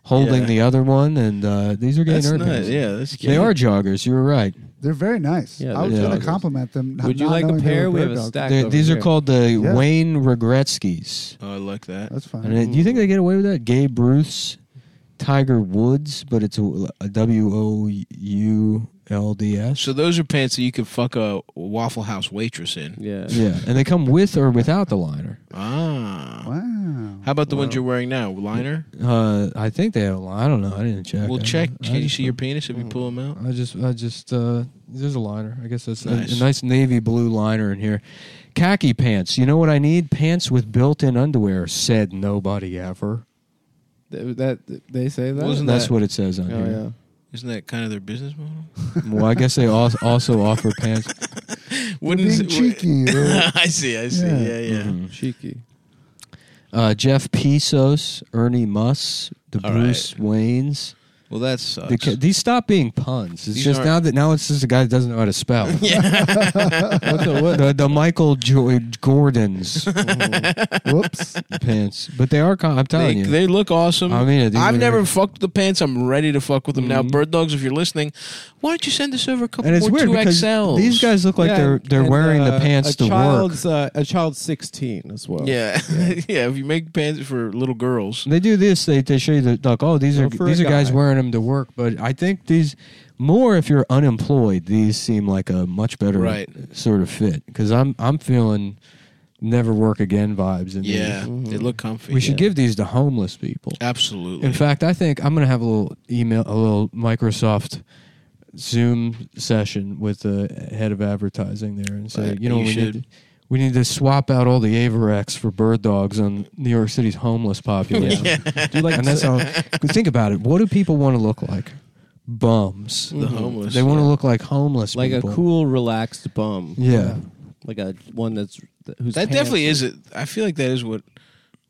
Speaker 1: holding
Speaker 2: Yeah.
Speaker 1: the other one, and uh, these are gay
Speaker 2: That's
Speaker 1: nerd
Speaker 2: not-
Speaker 1: pants.
Speaker 2: yeah, that's
Speaker 1: They
Speaker 2: gay.
Speaker 1: are joggers. You were right.
Speaker 3: They're very nice.
Speaker 4: Yeah,
Speaker 3: I was
Speaker 1: they're
Speaker 3: going
Speaker 1: joggers.
Speaker 3: to compliment them. not-
Speaker 4: Would you
Speaker 3: not
Speaker 4: like a
Speaker 3: knowing they
Speaker 4: pair?
Speaker 3: were
Speaker 4: We have
Speaker 3: bird
Speaker 4: a
Speaker 3: dogs.
Speaker 4: stack.
Speaker 1: They're-
Speaker 4: over
Speaker 1: These are
Speaker 4: here.
Speaker 1: called the
Speaker 3: Yeah.
Speaker 1: Wayne Regretskis.
Speaker 2: Oh, I like that.
Speaker 3: That's fine.
Speaker 1: And it- do you think they get away with that? Gabe Ruth's Tiger Woods, but it's a a W O U L D S.
Speaker 2: So those are pants that you could fuck a Waffle House waitress in.
Speaker 4: Yeah.
Speaker 1: Yeah, and they come with or without the liner.
Speaker 2: Ah.
Speaker 3: Wow.
Speaker 2: How about the ones you're wearing now? Liner?
Speaker 1: Uh, I think they have. a liner. I don't know. I didn't check.
Speaker 2: We'll
Speaker 1: I-
Speaker 2: check.
Speaker 1: I
Speaker 2: Can you
Speaker 1: just-
Speaker 2: see your penis if you pull them out?
Speaker 1: I just, I just, uh, there's a liner. I guess that's a-
Speaker 2: Nice.
Speaker 1: a, nice navy blue liner in here. Khaki pants. You know what I need? Pants with built-in underwear. Said nobody ever.
Speaker 4: Th- That, they say that.
Speaker 2: Wasn't
Speaker 1: That's
Speaker 2: that-
Speaker 1: what it says on
Speaker 4: Oh yeah.
Speaker 1: here.
Speaker 2: Isn't that kind of their business model?
Speaker 1: Well, I guess they also, also offer pants.
Speaker 3: Being cheeky. they're-
Speaker 2: I see. I see. Yeah, yeah.
Speaker 1: Mm-hmm.
Speaker 4: Cheeky.
Speaker 1: Uh, Jeff Pesos, Ernie Muss, the
Speaker 2: All
Speaker 1: Bruce Waynes.
Speaker 2: Well, that sucks.
Speaker 1: The, ca- these stop being puns. It's
Speaker 2: These
Speaker 1: just
Speaker 2: aren't-
Speaker 1: now that now it's just a guy that doesn't know how to spell.
Speaker 2: yeah.
Speaker 1: What the, what- the, the Michael jo- Gordon's
Speaker 3: Whoops.
Speaker 1: pants, but they are. Con- I'm telling
Speaker 2: They,
Speaker 1: you,
Speaker 2: they look awesome.
Speaker 1: I mean, I think
Speaker 2: I've
Speaker 1: they're-
Speaker 2: never fucked the pants. I'm ready to fuck with them now. Bird dogs, if you're listening, why don't you send us over a couple
Speaker 1: Mm-hmm. and it's
Speaker 2: more
Speaker 1: weird
Speaker 2: two
Speaker 1: because
Speaker 2: XLs?
Speaker 1: these guys look like
Speaker 4: Yeah,
Speaker 1: they're they're
Speaker 4: and,
Speaker 1: wearing
Speaker 4: uh,
Speaker 1: the pants
Speaker 4: a
Speaker 1: to work.
Speaker 4: child's, Uh, a child's sixteen as well.
Speaker 2: Yeah, yeah. If you make pants for little girls,
Speaker 1: They do this. They they show you the like, oh, these
Speaker 4: Well,
Speaker 1: are
Speaker 4: for a
Speaker 1: these are guys
Speaker 4: guy.
Speaker 1: wearing them to work. But I think these more if you're unemployed, these seem like a much better
Speaker 2: Right.
Speaker 1: sort of fit because I'm I'm feeling never work again vibes. In these.
Speaker 2: Yeah, they look comfy.
Speaker 1: Mm-hmm. we should give these to homeless people.
Speaker 2: absolutely.
Speaker 1: In fact, I think I'm gonna have a little email, a little Microsoft Zoom session with the head of advertising there, and say,
Speaker 2: Right,
Speaker 1: you know,
Speaker 2: you
Speaker 1: we
Speaker 2: should.
Speaker 1: need we need to swap out all the Avarex for bird dogs on New York City's homeless population.
Speaker 4: Do you like
Speaker 1: And that's how. 'cause think about it. What do people want to look like? Bums.
Speaker 2: the homeless.
Speaker 1: They want to look like homeless.
Speaker 4: Mm-hmm. like a
Speaker 1: people.
Speaker 4: cool, relaxed bum?
Speaker 1: Yeah.
Speaker 4: like a one that's who's
Speaker 2: that definitely is it. I feel like that is what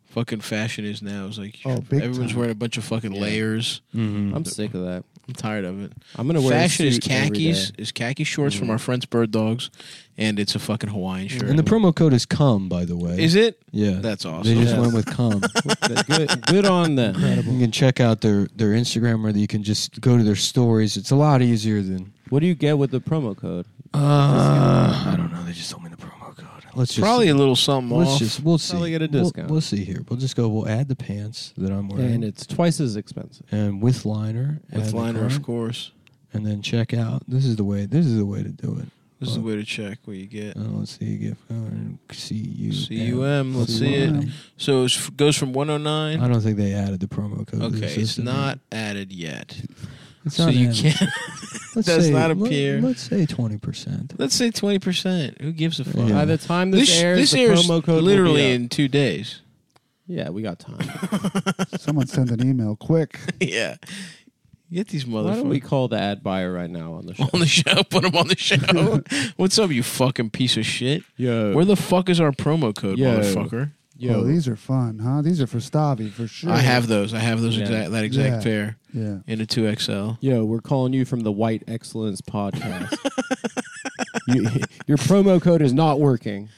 Speaker 2: fucking fashion is now. It's like
Speaker 3: Oh, big
Speaker 2: everyone's
Speaker 3: time.
Speaker 2: wearing a bunch of fucking layers.
Speaker 4: I'm sick of that.
Speaker 2: I'm tired of it.
Speaker 4: I'm gonna wear a
Speaker 2: fashion is
Speaker 4: suit every
Speaker 2: khakis,
Speaker 4: day.
Speaker 2: is khaki shorts from our friends Bird Dogs, and it's a fucking Hawaiian shirt.
Speaker 1: Mm. And the promo code is cum, by the way.
Speaker 2: is it?
Speaker 1: Yeah.
Speaker 2: That's
Speaker 1: They
Speaker 2: awesome.
Speaker 1: just
Speaker 4: Yes.
Speaker 1: went with cum.
Speaker 4: good, good on them.
Speaker 1: you can check out their their Instagram, or you can just go to their stories. It's a lot easier than.
Speaker 4: What do you get with the promo code?
Speaker 1: Uh, I don't know. They just told me the promo code. Let's just
Speaker 2: Probably a little something
Speaker 1: Let's
Speaker 2: off.
Speaker 1: just we'll see.
Speaker 4: Probably get a
Speaker 1: We'll-
Speaker 4: discount.
Speaker 1: We'll, see here. We'll just go. We'll add the pants that I'm wearing,
Speaker 4: And it's twice as expensive.
Speaker 1: and with liner, add
Speaker 2: with
Speaker 1: the
Speaker 2: liner, of
Speaker 1: current,
Speaker 2: course.
Speaker 1: and then check out. This is the way. This is the way to do it.
Speaker 2: This is the way to check what you get.
Speaker 1: Uh, let's see. Gift card. C U
Speaker 2: CUM, let's see it. So it goes from 109.
Speaker 1: I don't think they added the promo code. to the
Speaker 2: Okay, it's
Speaker 1: system.
Speaker 2: not added yet.
Speaker 1: It's
Speaker 2: so
Speaker 1: not
Speaker 2: you
Speaker 1: added.
Speaker 2: can't.
Speaker 1: Let's
Speaker 2: does not
Speaker 1: let-
Speaker 2: appear.
Speaker 1: Let's say twenty percent.
Speaker 2: Let's say twenty percent. Who gives a fuck?
Speaker 1: Yeah.
Speaker 4: By the time this, airs, the promo code will be
Speaker 2: literally
Speaker 4: up.
Speaker 2: in two days.
Speaker 4: yeah, we got time.
Speaker 3: Someone send an email quick.
Speaker 2: yeah, get these
Speaker 4: Why don't we
Speaker 2: motherfuckers
Speaker 4: call the ad buyer right now on the show?
Speaker 2: on the show. Put them on the show. What's up, you fucking piece of shit?
Speaker 4: Yo,
Speaker 2: Where the fuck is our promo code,
Speaker 4: Uh, Yo.
Speaker 2: motherfucker?
Speaker 3: Oh, these are fun, huh? These are for Stavi for sure.
Speaker 2: I have those. I have those
Speaker 4: Yeah.
Speaker 2: exact that exact
Speaker 3: Yeah.
Speaker 2: pair
Speaker 3: Yeah.
Speaker 2: in a two XL.
Speaker 4: Yo, we're calling you from the White Excellence podcast. you, your promo code is not working.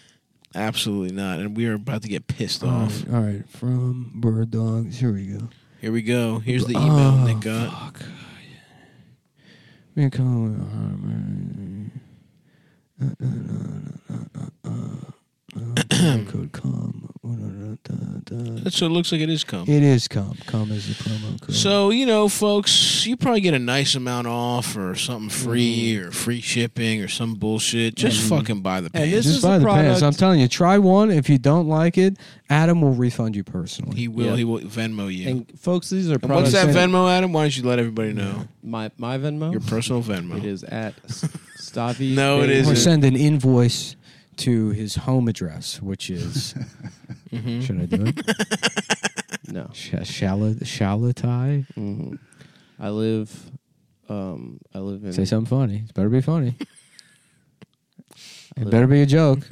Speaker 2: Absolutely not. And we are about to get
Speaker 4: Oh.
Speaker 2: pissed
Speaker 1: All
Speaker 2: off.
Speaker 1: right, all right, from bird dogs. Here we go.
Speaker 2: Here we go. Here's the email
Speaker 1: Oh,
Speaker 2: Nick got.
Speaker 1: Fuck. We can call it armor. Uh, uh, uh, uh, uh, uh, promo Code com. Uh, da, da, da.
Speaker 2: So it looks like it is coming.
Speaker 1: It is com. Com is the promo code.
Speaker 2: So, you know, folks, you probably get a nice amount off or something free
Speaker 4: Mm-hmm.
Speaker 2: or free shipping or some bullshit. Just fucking buy the
Speaker 4: And
Speaker 2: pants.
Speaker 4: this
Speaker 1: just
Speaker 4: is
Speaker 1: buy
Speaker 4: a
Speaker 1: the
Speaker 4: product-
Speaker 1: pants. I'm telling you, try one. If you don't like it, Adam will refund you personally.
Speaker 2: he will.
Speaker 4: Yeah.
Speaker 2: He will Venmo you. And,
Speaker 4: And folks, these are
Speaker 2: what's
Speaker 4: products.
Speaker 2: that
Speaker 1: saying-
Speaker 2: Venmo, Adam? Why don't you let everybody know?
Speaker 4: My my Venmo.
Speaker 2: Your personal
Speaker 4: it
Speaker 2: Venmo.
Speaker 4: is at S- Stavi.
Speaker 2: No, it
Speaker 4: Bay-
Speaker 2: is
Speaker 1: or
Speaker 2: it-
Speaker 1: send an invoice to his home address, which is.
Speaker 2: Mm-hmm.
Speaker 1: Should I do it?
Speaker 4: No,
Speaker 1: Sh- Shala Shalatai.
Speaker 4: Mhm. I live. Um, I live in.
Speaker 1: Say something funny. It better be funny.
Speaker 4: I
Speaker 1: It
Speaker 4: live-
Speaker 1: better be a joke,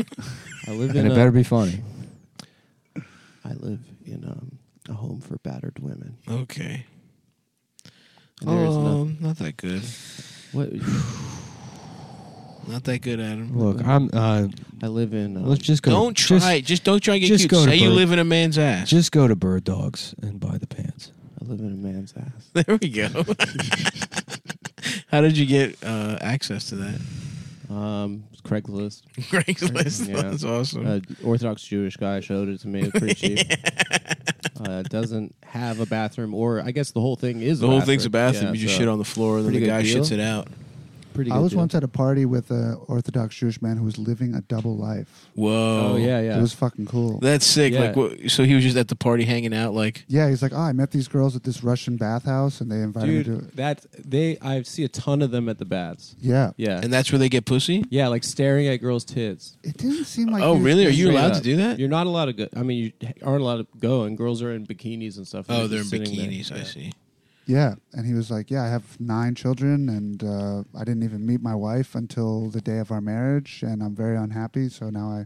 Speaker 4: I live in.
Speaker 1: and it
Speaker 4: a-
Speaker 1: better be funny.
Speaker 4: I live in um, a home for battered women.
Speaker 2: Okay.
Speaker 4: And there is
Speaker 2: Oh,
Speaker 4: nothing.
Speaker 2: not that good.
Speaker 4: What?
Speaker 2: Not that good, Adam.
Speaker 1: Look, I'm. Uh,
Speaker 4: I live in. Um,
Speaker 1: let's just go.
Speaker 2: don't try.
Speaker 1: Just,
Speaker 2: Just, don't try to get
Speaker 1: just
Speaker 2: cute.
Speaker 1: go to
Speaker 2: Say you
Speaker 1: Bert.
Speaker 2: live in a man's ass.
Speaker 1: just go to Bird Dogs and buy the pants.
Speaker 4: I live in a man's ass.
Speaker 2: there we go. How did you get uh, access to that?
Speaker 4: Um, Craigslist.
Speaker 2: Craigslist.
Speaker 4: Yeah.
Speaker 2: That's awesome.
Speaker 4: A Orthodox Jewish guy showed it to me. It was pretty cheap. Uh, doesn't have a bathroom, or I guess the whole thing is
Speaker 2: The
Speaker 4: a
Speaker 2: whole
Speaker 4: bathroom.
Speaker 2: thing's a bathroom. you just shit on the floor, and then
Speaker 4: pretty
Speaker 2: the
Speaker 4: good
Speaker 2: guy
Speaker 4: deal.
Speaker 2: shits it out.
Speaker 4: Pretty good
Speaker 3: I was
Speaker 4: deal.
Speaker 3: once at a party with an Orthodox Jewish man who was living a double life.
Speaker 2: Whoa.
Speaker 4: Oh yeah, yeah.
Speaker 3: It was fucking cool.
Speaker 2: That's sick.
Speaker 4: Yeah.
Speaker 2: Like, what, so he was just at the party hanging out. Like,
Speaker 3: yeah, he's like, oh, I met these girls at this Russian bathhouse, and they invited me to.
Speaker 4: Dude, that they I see a ton of them at the baths.
Speaker 3: Yeah.
Speaker 4: Yeah,
Speaker 2: and that's where they get pussy.
Speaker 4: yeah, like staring at girls' tits.
Speaker 3: It didn't seem like.
Speaker 2: oh,
Speaker 3: he was
Speaker 2: really? Are
Speaker 3: just-
Speaker 2: you
Speaker 4: Straight
Speaker 2: allowed
Speaker 4: up.
Speaker 2: to do that?
Speaker 4: You're not allowed to go. I mean, you aren't allowed to go, and girls are in bikinis and stuff. and
Speaker 2: oh, they're in
Speaker 4: just sitting there.
Speaker 2: bikinis. I
Speaker 4: Yeah.
Speaker 2: see.
Speaker 3: Yeah, and he was like, yeah, I have nine children, and uh, I didn't even meet my wife until the day of our marriage, and I'm very unhappy. So now I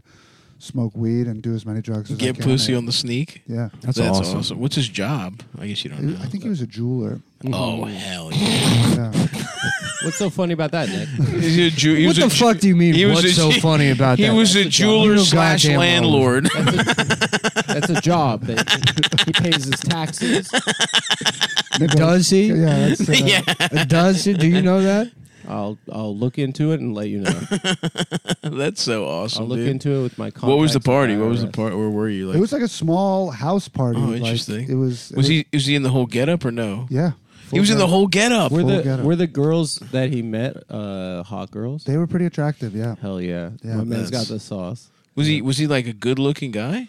Speaker 3: smoke weed and do as many drugs as I
Speaker 2: Get
Speaker 3: can.
Speaker 2: pussy on the sneak.
Speaker 3: Yeah.
Speaker 1: That's, awesome.
Speaker 2: What's his job? I guess you don't know.
Speaker 3: I think he was a jeweler.
Speaker 2: Oh hell yeah!
Speaker 3: Yeah.
Speaker 4: What's so funny about that, Nick?
Speaker 2: Is he a Jew- he
Speaker 1: What
Speaker 2: was a
Speaker 1: the
Speaker 2: Jew-
Speaker 1: fuck do you mean?
Speaker 2: he was
Speaker 1: what's
Speaker 2: a-
Speaker 1: so funny about
Speaker 2: He
Speaker 1: that?
Speaker 2: was a jeweler
Speaker 1: You know
Speaker 2: slash
Speaker 1: goddamn well.
Speaker 2: landlord.
Speaker 4: That's a job that he pays his taxes.
Speaker 1: Does he?
Speaker 3: yeah, that's, uh,
Speaker 1: Does he? Do you know that?
Speaker 4: I'll I'll look into it and let you know.
Speaker 2: that's so
Speaker 4: I'll
Speaker 2: awesome.
Speaker 4: look
Speaker 2: dude.
Speaker 4: into it with my.
Speaker 2: What was the
Speaker 4: contacts at
Speaker 2: party? What was the
Speaker 4: IRS.
Speaker 2: part? Where were you? Like,
Speaker 3: It was like a small house party.
Speaker 2: Oh,
Speaker 3: like,
Speaker 2: interesting.
Speaker 3: it was. it
Speaker 2: was he? Was he in the whole getup or no?
Speaker 3: Yeah.
Speaker 2: He was in the whole getup.
Speaker 3: Oh,
Speaker 4: Were
Speaker 3: Full
Speaker 4: the
Speaker 3: getup.
Speaker 4: were the girls that he met uh, hot girls?
Speaker 3: They were pretty attractive. Yeah.
Speaker 4: Hell yeah,
Speaker 3: Yeah,
Speaker 4: my man's got
Speaker 2: that's-
Speaker 4: the sauce.
Speaker 2: Was he was he like a good looking guy?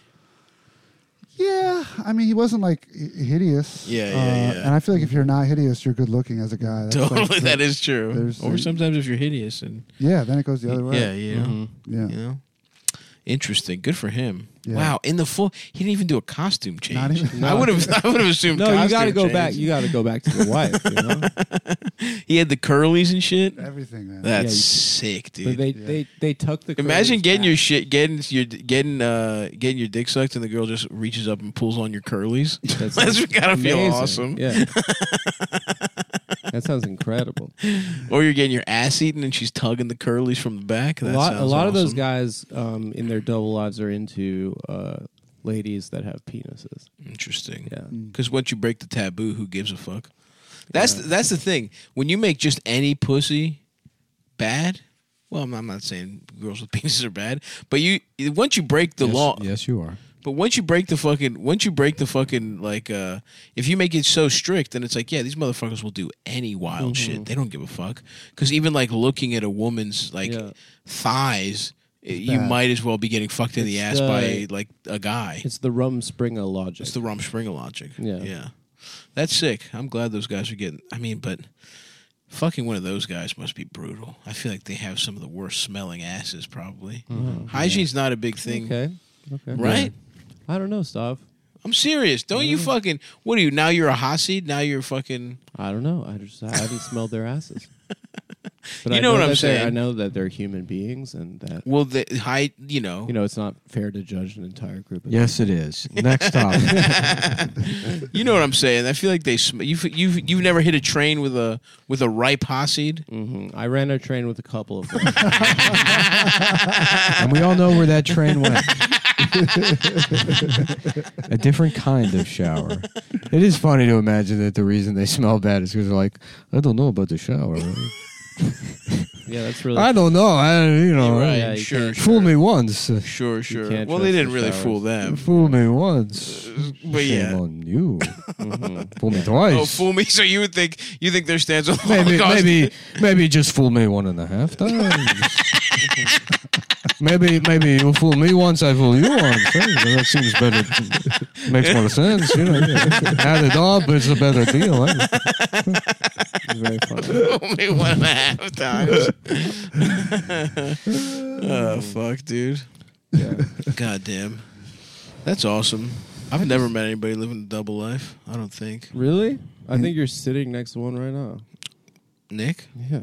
Speaker 3: Yeah, I mean, he wasn't like h- hideous. Uh,
Speaker 2: Yeah, yeah, yeah.
Speaker 3: And I feel like if you're not hideous, you're good looking as a guy. That's like
Speaker 2: totally,
Speaker 3: the-
Speaker 2: that is true.
Speaker 3: there's
Speaker 2: Or
Speaker 3: the-
Speaker 2: sometimes if you're hideous and
Speaker 3: Yeah, then it goes the other way. Mm-hmm.
Speaker 2: yeah, yeah,
Speaker 3: yeah.
Speaker 2: you know, interesting. Good for him.
Speaker 3: Yeah.
Speaker 2: Wow, in the full, he didn't even do a costume change.
Speaker 3: Not even-
Speaker 2: I would have, I would have assumed.
Speaker 4: No, you
Speaker 2: got to
Speaker 4: go back. You got to go back to the wife. You know?
Speaker 2: he had the curlies and shit.
Speaker 3: Everything, man.
Speaker 2: That's
Speaker 4: Yeah, you-
Speaker 2: sick, dude.
Speaker 4: but they,
Speaker 3: Yeah.
Speaker 4: they they tuck the.
Speaker 2: Imagine
Speaker 4: curtains
Speaker 2: getting
Speaker 4: back.
Speaker 2: your shit, getting your getting uh getting your dick sucked, and the girl just reaches up and pulls on your curlies.
Speaker 4: That
Speaker 2: That's
Speaker 4: sounds
Speaker 2: gotta feel
Speaker 4: amazing.
Speaker 2: awesome.
Speaker 4: Yeah. that sounds incredible.
Speaker 2: Or you're getting your ass eaten, and she's tugging the curlies from the back. That
Speaker 4: a lot, a
Speaker 2: sounds
Speaker 4: lot of those
Speaker 2: awesome.
Speaker 4: guys um, in their double lives are into uh, ladies that have penises.
Speaker 2: Interesting.
Speaker 4: Yeah.
Speaker 2: Because once you break the taboo, who gives a fuck? That's the, that's the thing. When you make just any pussy bad, well, I'm I'm not saying girls with penises are bad, but you once you break the law,
Speaker 1: Yes, you are.
Speaker 2: but once you break the fucking, once you break the fucking, like, uh, if you make it so strict, then it's like, yeah, these motherfuckers will do any wild
Speaker 4: Mm-hmm.
Speaker 2: shit. They don't give a fuck. Because even like looking at a woman's like
Speaker 4: Yeah.
Speaker 2: thighs, i- you
Speaker 3: bad.
Speaker 2: might as well be getting fucked in the ass
Speaker 4: It's, uh,
Speaker 2: by like a guy.
Speaker 4: It's the rum springer logic.
Speaker 2: It's the Rumspringa logic.
Speaker 4: Yeah.
Speaker 2: Yeah. That's sick. I'm glad those guys are getting. I mean, but fucking one of those guys must be brutal. I feel like they have some of the worst smelling asses, probably. Hygiene's not a big thing,
Speaker 4: Mm-hmm. okay. Okay.
Speaker 2: right?
Speaker 4: I don't know, Stav.
Speaker 2: I'm serious. Don't
Speaker 4: Mm-hmm.
Speaker 2: you fucking. What are you? Now you're a hot seat? Now you're fucking.
Speaker 4: I don't know. I just I haven't smelled their asses. But
Speaker 2: You know what I'm
Speaker 4: that they're-
Speaker 2: saying.
Speaker 4: I know that they're human beings and that
Speaker 2: Well, the high. You know.
Speaker 4: you know it's not fair to judge an entire group. Of
Speaker 1: Yes, it is. Next topic.
Speaker 2: You know what I'm saying? I feel like they. Sm- you've you've you've never hit a train with a with a ripe hot seed.
Speaker 4: hmm I ran a train with a couple of them.
Speaker 1: and we all know where that train went. a different kind of shower. It is funny to imagine that the reason they smell bad is because they're like, I don't know about the shower.
Speaker 4: yeah, that's really.
Speaker 1: I don't know. I, you know,
Speaker 2: right.
Speaker 4: yeah, you
Speaker 2: sure,
Speaker 4: can't-
Speaker 2: sure.
Speaker 1: fool me once.
Speaker 2: Sure. Sure.
Speaker 4: can't
Speaker 2: Well, they
Speaker 4: trust
Speaker 2: didn't
Speaker 4: the
Speaker 2: really
Speaker 4: showers.
Speaker 2: fool them.
Speaker 1: Fool me once.
Speaker 2: But
Speaker 1: Shame
Speaker 2: yeah.
Speaker 1: on you. Fool me twice.
Speaker 2: Oh, fool me! So you would think you think their stance on
Speaker 1: maybe,
Speaker 2: Holocaust-
Speaker 1: maybe, maybe just fool me one and a half times. maybe, maybe you'll fool me once, I fool you once. Hey, well, that seems better. Makes more sense, you know. Add it up, it's a better deal. eh?
Speaker 4: It's very funny.
Speaker 2: only one and a half times. oh fuck, dude! God damn, that's awesome. I've never met anybody living a double life. I don't think
Speaker 4: really? I think you're sitting next to one right now.
Speaker 2: Nick.
Speaker 4: Yeah.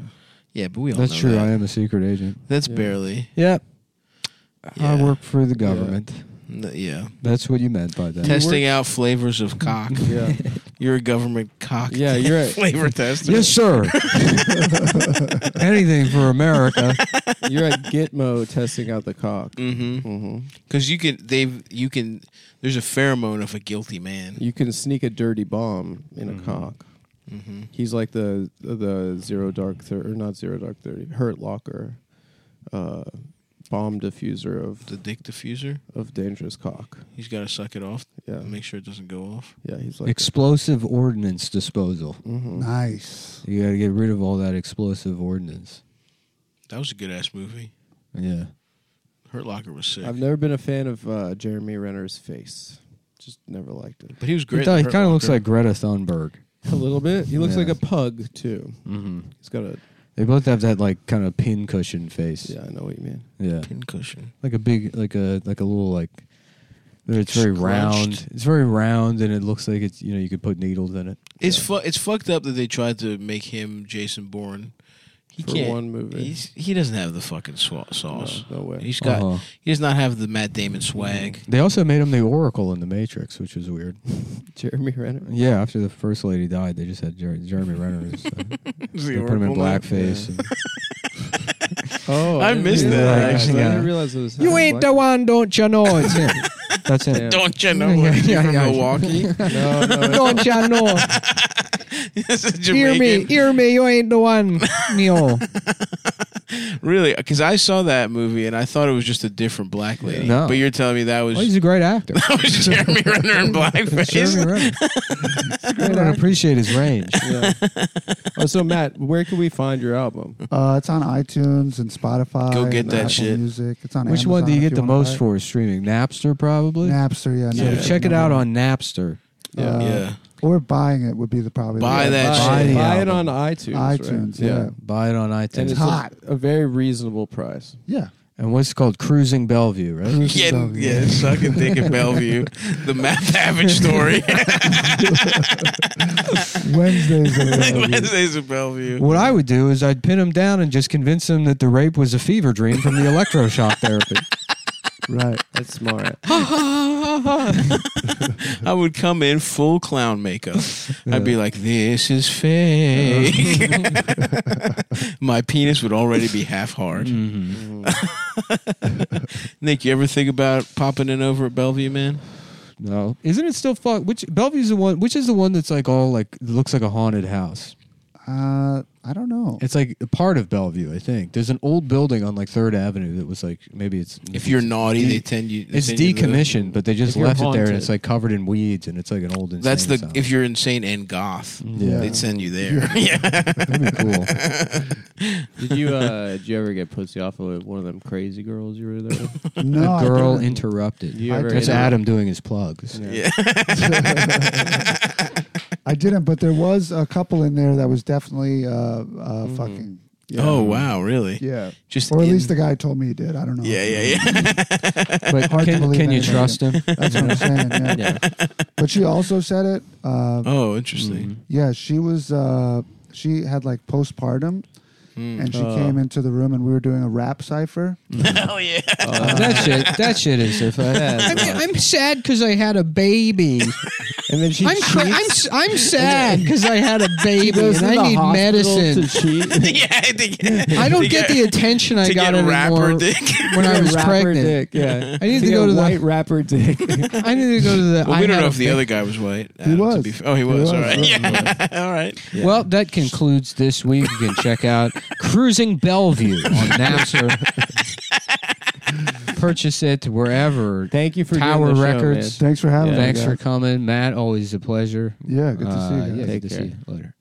Speaker 2: Yeah, but we all
Speaker 1: That's
Speaker 2: know
Speaker 1: true.
Speaker 2: that.
Speaker 1: I am a secret agent.
Speaker 2: That's barely.
Speaker 1: Yep.
Speaker 2: Yeah.
Speaker 1: I work for the government.
Speaker 2: N- Yeah,
Speaker 1: That's what you meant by that.
Speaker 2: testing out flavors of cock.
Speaker 4: Yeah.
Speaker 2: You're a government cock.
Speaker 4: Yeah, you're a-
Speaker 2: flavor tester.
Speaker 1: Yes, sir. Anything for America.
Speaker 4: You're at Gitmo testing out the cock.
Speaker 2: Mm-hmm.
Speaker 4: hmm
Speaker 2: Because you can, they've, you can. There's a pheromone of a guilty man.
Speaker 4: You can sneak a dirty bomb in
Speaker 1: Mm-hmm.
Speaker 4: a cock. He's like the the zero dark thirty or not zero dark thirty hurt locker, uh, bomb diffuser of
Speaker 2: The dick diffuser.
Speaker 4: of dangerous cock.
Speaker 2: He's got to suck it off.
Speaker 4: Yeah,
Speaker 2: and Make sure it doesn't go off.
Speaker 4: yeah. He's like
Speaker 1: Explosive ordnance disposal.
Speaker 4: hmm
Speaker 3: Nice.
Speaker 1: You got to get rid of all that explosive ordnance.
Speaker 2: That was a good ass movie.
Speaker 1: Yeah.
Speaker 2: Hurt Locker was sick,
Speaker 4: I've never been a fan of uh, Jeremy Renner's face. Just never liked it.
Speaker 2: but he was
Speaker 1: He,
Speaker 2: great. in Hurt
Speaker 1: kind of looks
Speaker 2: Locker.
Speaker 1: like Greta Thunberg.
Speaker 4: A little bit. He looks
Speaker 1: Yeah.
Speaker 4: like a pug too.
Speaker 1: Mm-hmm.
Speaker 4: He's got a
Speaker 1: They both have that like kind of pincushion face.
Speaker 4: yeah. I know what you mean.
Speaker 1: Yeah.
Speaker 2: pincushion.
Speaker 1: Like a big, like a like a little like. It's very
Speaker 2: Scrunched.
Speaker 1: round. It's very round, and it looks like it's you know you could put needles in it.
Speaker 2: It's fu- It's fucked up that they tried to make him Jason Bourne. He
Speaker 4: For
Speaker 2: can't.
Speaker 4: one movie. Uh,
Speaker 2: He's, he doesn't have the fucking swa- sauce.
Speaker 4: No, no way.
Speaker 2: He's got.
Speaker 1: Uh-huh.
Speaker 2: He does not have the Matt Damon swag.
Speaker 1: They also made him the Oracle in the Matrix, which is weird.
Speaker 4: Jeremy Renner.
Speaker 1: Yeah, after the first lady died, they just had Jer- Jeremy Renner. as, uh, they put him in blackface. and-
Speaker 4: Oh,
Speaker 2: I
Speaker 4: didn't
Speaker 2: missed
Speaker 4: realize
Speaker 1: that,
Speaker 4: I
Speaker 1: actually, yeah.
Speaker 4: didn't realize it was.
Speaker 1: you ain't the one, don't you know? It's him. That's him.
Speaker 4: Yeah.
Speaker 2: Don't you know where
Speaker 1: Yeah,
Speaker 2: he's
Speaker 1: yeah,
Speaker 2: from
Speaker 1: yeah.
Speaker 2: Milwaukee?
Speaker 4: No, no,
Speaker 1: Don't you know?
Speaker 2: That's a
Speaker 1: Hear me,
Speaker 2: Jamaican.
Speaker 1: hear me. You ain't the one, Neil.
Speaker 2: really, because I saw that movie and I thought it was just a different black lady.
Speaker 1: No.
Speaker 2: But you're telling me that was,
Speaker 1: Well, he's a great actor.
Speaker 2: that was Jeremy Renner
Speaker 1: Jeremy
Speaker 2: in blackface.
Speaker 1: Renner. I don't appreciate his range.
Speaker 4: Yeah. oh, so Matt, where can we find your album?
Speaker 5: Um,
Speaker 3: Uh, it's on iTunes and Spotify.
Speaker 2: Go get
Speaker 3: and
Speaker 2: that
Speaker 3: Apple
Speaker 2: shit.
Speaker 3: Music. It's on
Speaker 1: Which
Speaker 3: Amazon
Speaker 1: one do you
Speaker 3: if
Speaker 1: get the
Speaker 3: wanna
Speaker 1: most
Speaker 3: buy
Speaker 1: for streaming? Napster,
Speaker 3: it.
Speaker 1: probably.
Speaker 3: Napster? Yeah.
Speaker 1: So
Speaker 3: Napster's
Speaker 1: check it out
Speaker 3: number one.
Speaker 1: on Napster.
Speaker 3: Uh,
Speaker 2: yeah.
Speaker 3: Or buying it would be the probably the
Speaker 2: Buy
Speaker 3: way.
Speaker 2: that
Speaker 4: buy,
Speaker 1: shit.
Speaker 4: buy it on
Speaker 1: album.
Speaker 4: iTunes.
Speaker 3: iTunes,
Speaker 4: right?
Speaker 3: yeah.
Speaker 1: Buy it on
Speaker 4: And
Speaker 1: iTunes. And,
Speaker 4: it's
Speaker 3: hot.
Speaker 4: A, a very reasonable price.
Speaker 3: Yeah.
Speaker 1: what's called Cruising Bellevue, right?
Speaker 3: Cruise
Speaker 2: Yeah,
Speaker 3: Bellevue.
Speaker 2: yeah, sucking dick at Bellevue. The Matt Savage story.
Speaker 3: Wednesdays. Are Bellevue.
Speaker 2: Wednesdays at Bellevue.
Speaker 1: What I would do is I'd pin him down and just convince him that the rape was a fever dream from the electroshock therapy.
Speaker 3: right.
Speaker 4: That's smart.
Speaker 2: I would come in full clown makeup. I'd be like, "This is fake." My penis would already be half hard. Nick, you ever think about popping in over at Bellevue, man?
Speaker 1: No, isn't it still fuck? Which Bellevue's the one? Which is the one that's like all like looks like a haunted house?
Speaker 3: Uh, I don't know.
Speaker 1: It's like a part of Bellevue, I think. There's an old building on like Third Avenue that was like maybe it's
Speaker 2: If you're naughty, they tend you. they
Speaker 1: it's
Speaker 2: send you to the-
Speaker 1: decommissioned, but they
Speaker 4: If
Speaker 1: just
Speaker 4: you're
Speaker 1: left it there and
Speaker 4: haunted.
Speaker 1: it's like covered in weeds and it's like an old. Insane
Speaker 2: That's the
Speaker 1: house.
Speaker 2: if you're insane and goth,
Speaker 1: Yeah.
Speaker 2: they'd send you there.
Speaker 1: That'd be cool.
Speaker 4: Did you uh, did you ever get pussy off of one of them crazy girls you were there? With?
Speaker 3: no, I
Speaker 1: Girl
Speaker 3: didn't.
Speaker 1: interrupted.
Speaker 4: You ever
Speaker 1: That's
Speaker 4: get-
Speaker 1: Adam doing his plugs.
Speaker 4: Yeah.
Speaker 3: I didn't, but there was a couple in there that was definitely uh, uh, fucking. Yeah.
Speaker 2: Oh wow, really?
Speaker 3: Yeah.
Speaker 2: Just
Speaker 3: Or at least
Speaker 2: Mm-hmm. in-
Speaker 3: the guy told me he did. I don't know.
Speaker 2: Yeah, yeah, yeah.
Speaker 1: But
Speaker 3: Hard to
Speaker 1: can,
Speaker 3: believe
Speaker 1: can you
Speaker 3: anybody.
Speaker 1: trust him?
Speaker 3: That's what I'm saying. Yeah. But she also said it. Uh,
Speaker 2: Oh, interesting.
Speaker 3: Yeah, she was. Uh, she had like postpartum,
Speaker 2: Hmm.
Speaker 3: and she
Speaker 1: Oh.
Speaker 3: came into the room, and we were doing a rap cipher.
Speaker 2: Hell Oh, yeah.
Speaker 1: that shit. That shit is so fun.
Speaker 5: I'm, I'm sad because I had a baby.
Speaker 4: And then she
Speaker 5: I'm cra- I'm s- I'm sad because I had a baby
Speaker 4: goes to
Speaker 5: and
Speaker 4: the
Speaker 5: I need
Speaker 4: hospital
Speaker 5: medicine.
Speaker 4: to cheat.
Speaker 2: yeah, I think.
Speaker 5: I don't get the attention I
Speaker 2: to
Speaker 5: got
Speaker 2: get rapper
Speaker 5: anymore
Speaker 2: dick.
Speaker 5: when I was
Speaker 4: Rapper
Speaker 5: pregnant.
Speaker 4: dick, Yeah.
Speaker 5: I need to
Speaker 4: get
Speaker 5: go
Speaker 4: a
Speaker 5: to the-
Speaker 4: white rapper dick.
Speaker 5: I need to go to the.
Speaker 2: Well,
Speaker 5: I
Speaker 2: we don't
Speaker 5: had
Speaker 2: know
Speaker 5: a
Speaker 2: if the
Speaker 5: baby.
Speaker 2: other guy was white. Adam,
Speaker 3: He
Speaker 2: to
Speaker 3: was.
Speaker 2: be f- oh, he
Speaker 3: He
Speaker 2: was.
Speaker 3: was.
Speaker 2: All right.
Speaker 3: He
Speaker 2: Yeah. All right.
Speaker 5: Well, that concludes this week. You can check out Cruising Bellevue on Napster. Purchase it wherever.
Speaker 4: Thank you for doing
Speaker 5: Tower
Speaker 4: the show,
Speaker 5: Records.
Speaker 4: man.
Speaker 3: Thanks for having
Speaker 4: Yeah.
Speaker 3: me.
Speaker 5: Thanks
Speaker 3: guys.
Speaker 5: for coming, Matt. Always a pleasure.
Speaker 3: Yeah, good to see you.
Speaker 1: Uh,
Speaker 3: Guys.
Speaker 1: yeah,
Speaker 4: Take
Speaker 1: good to
Speaker 4: care.
Speaker 1: see you. Later.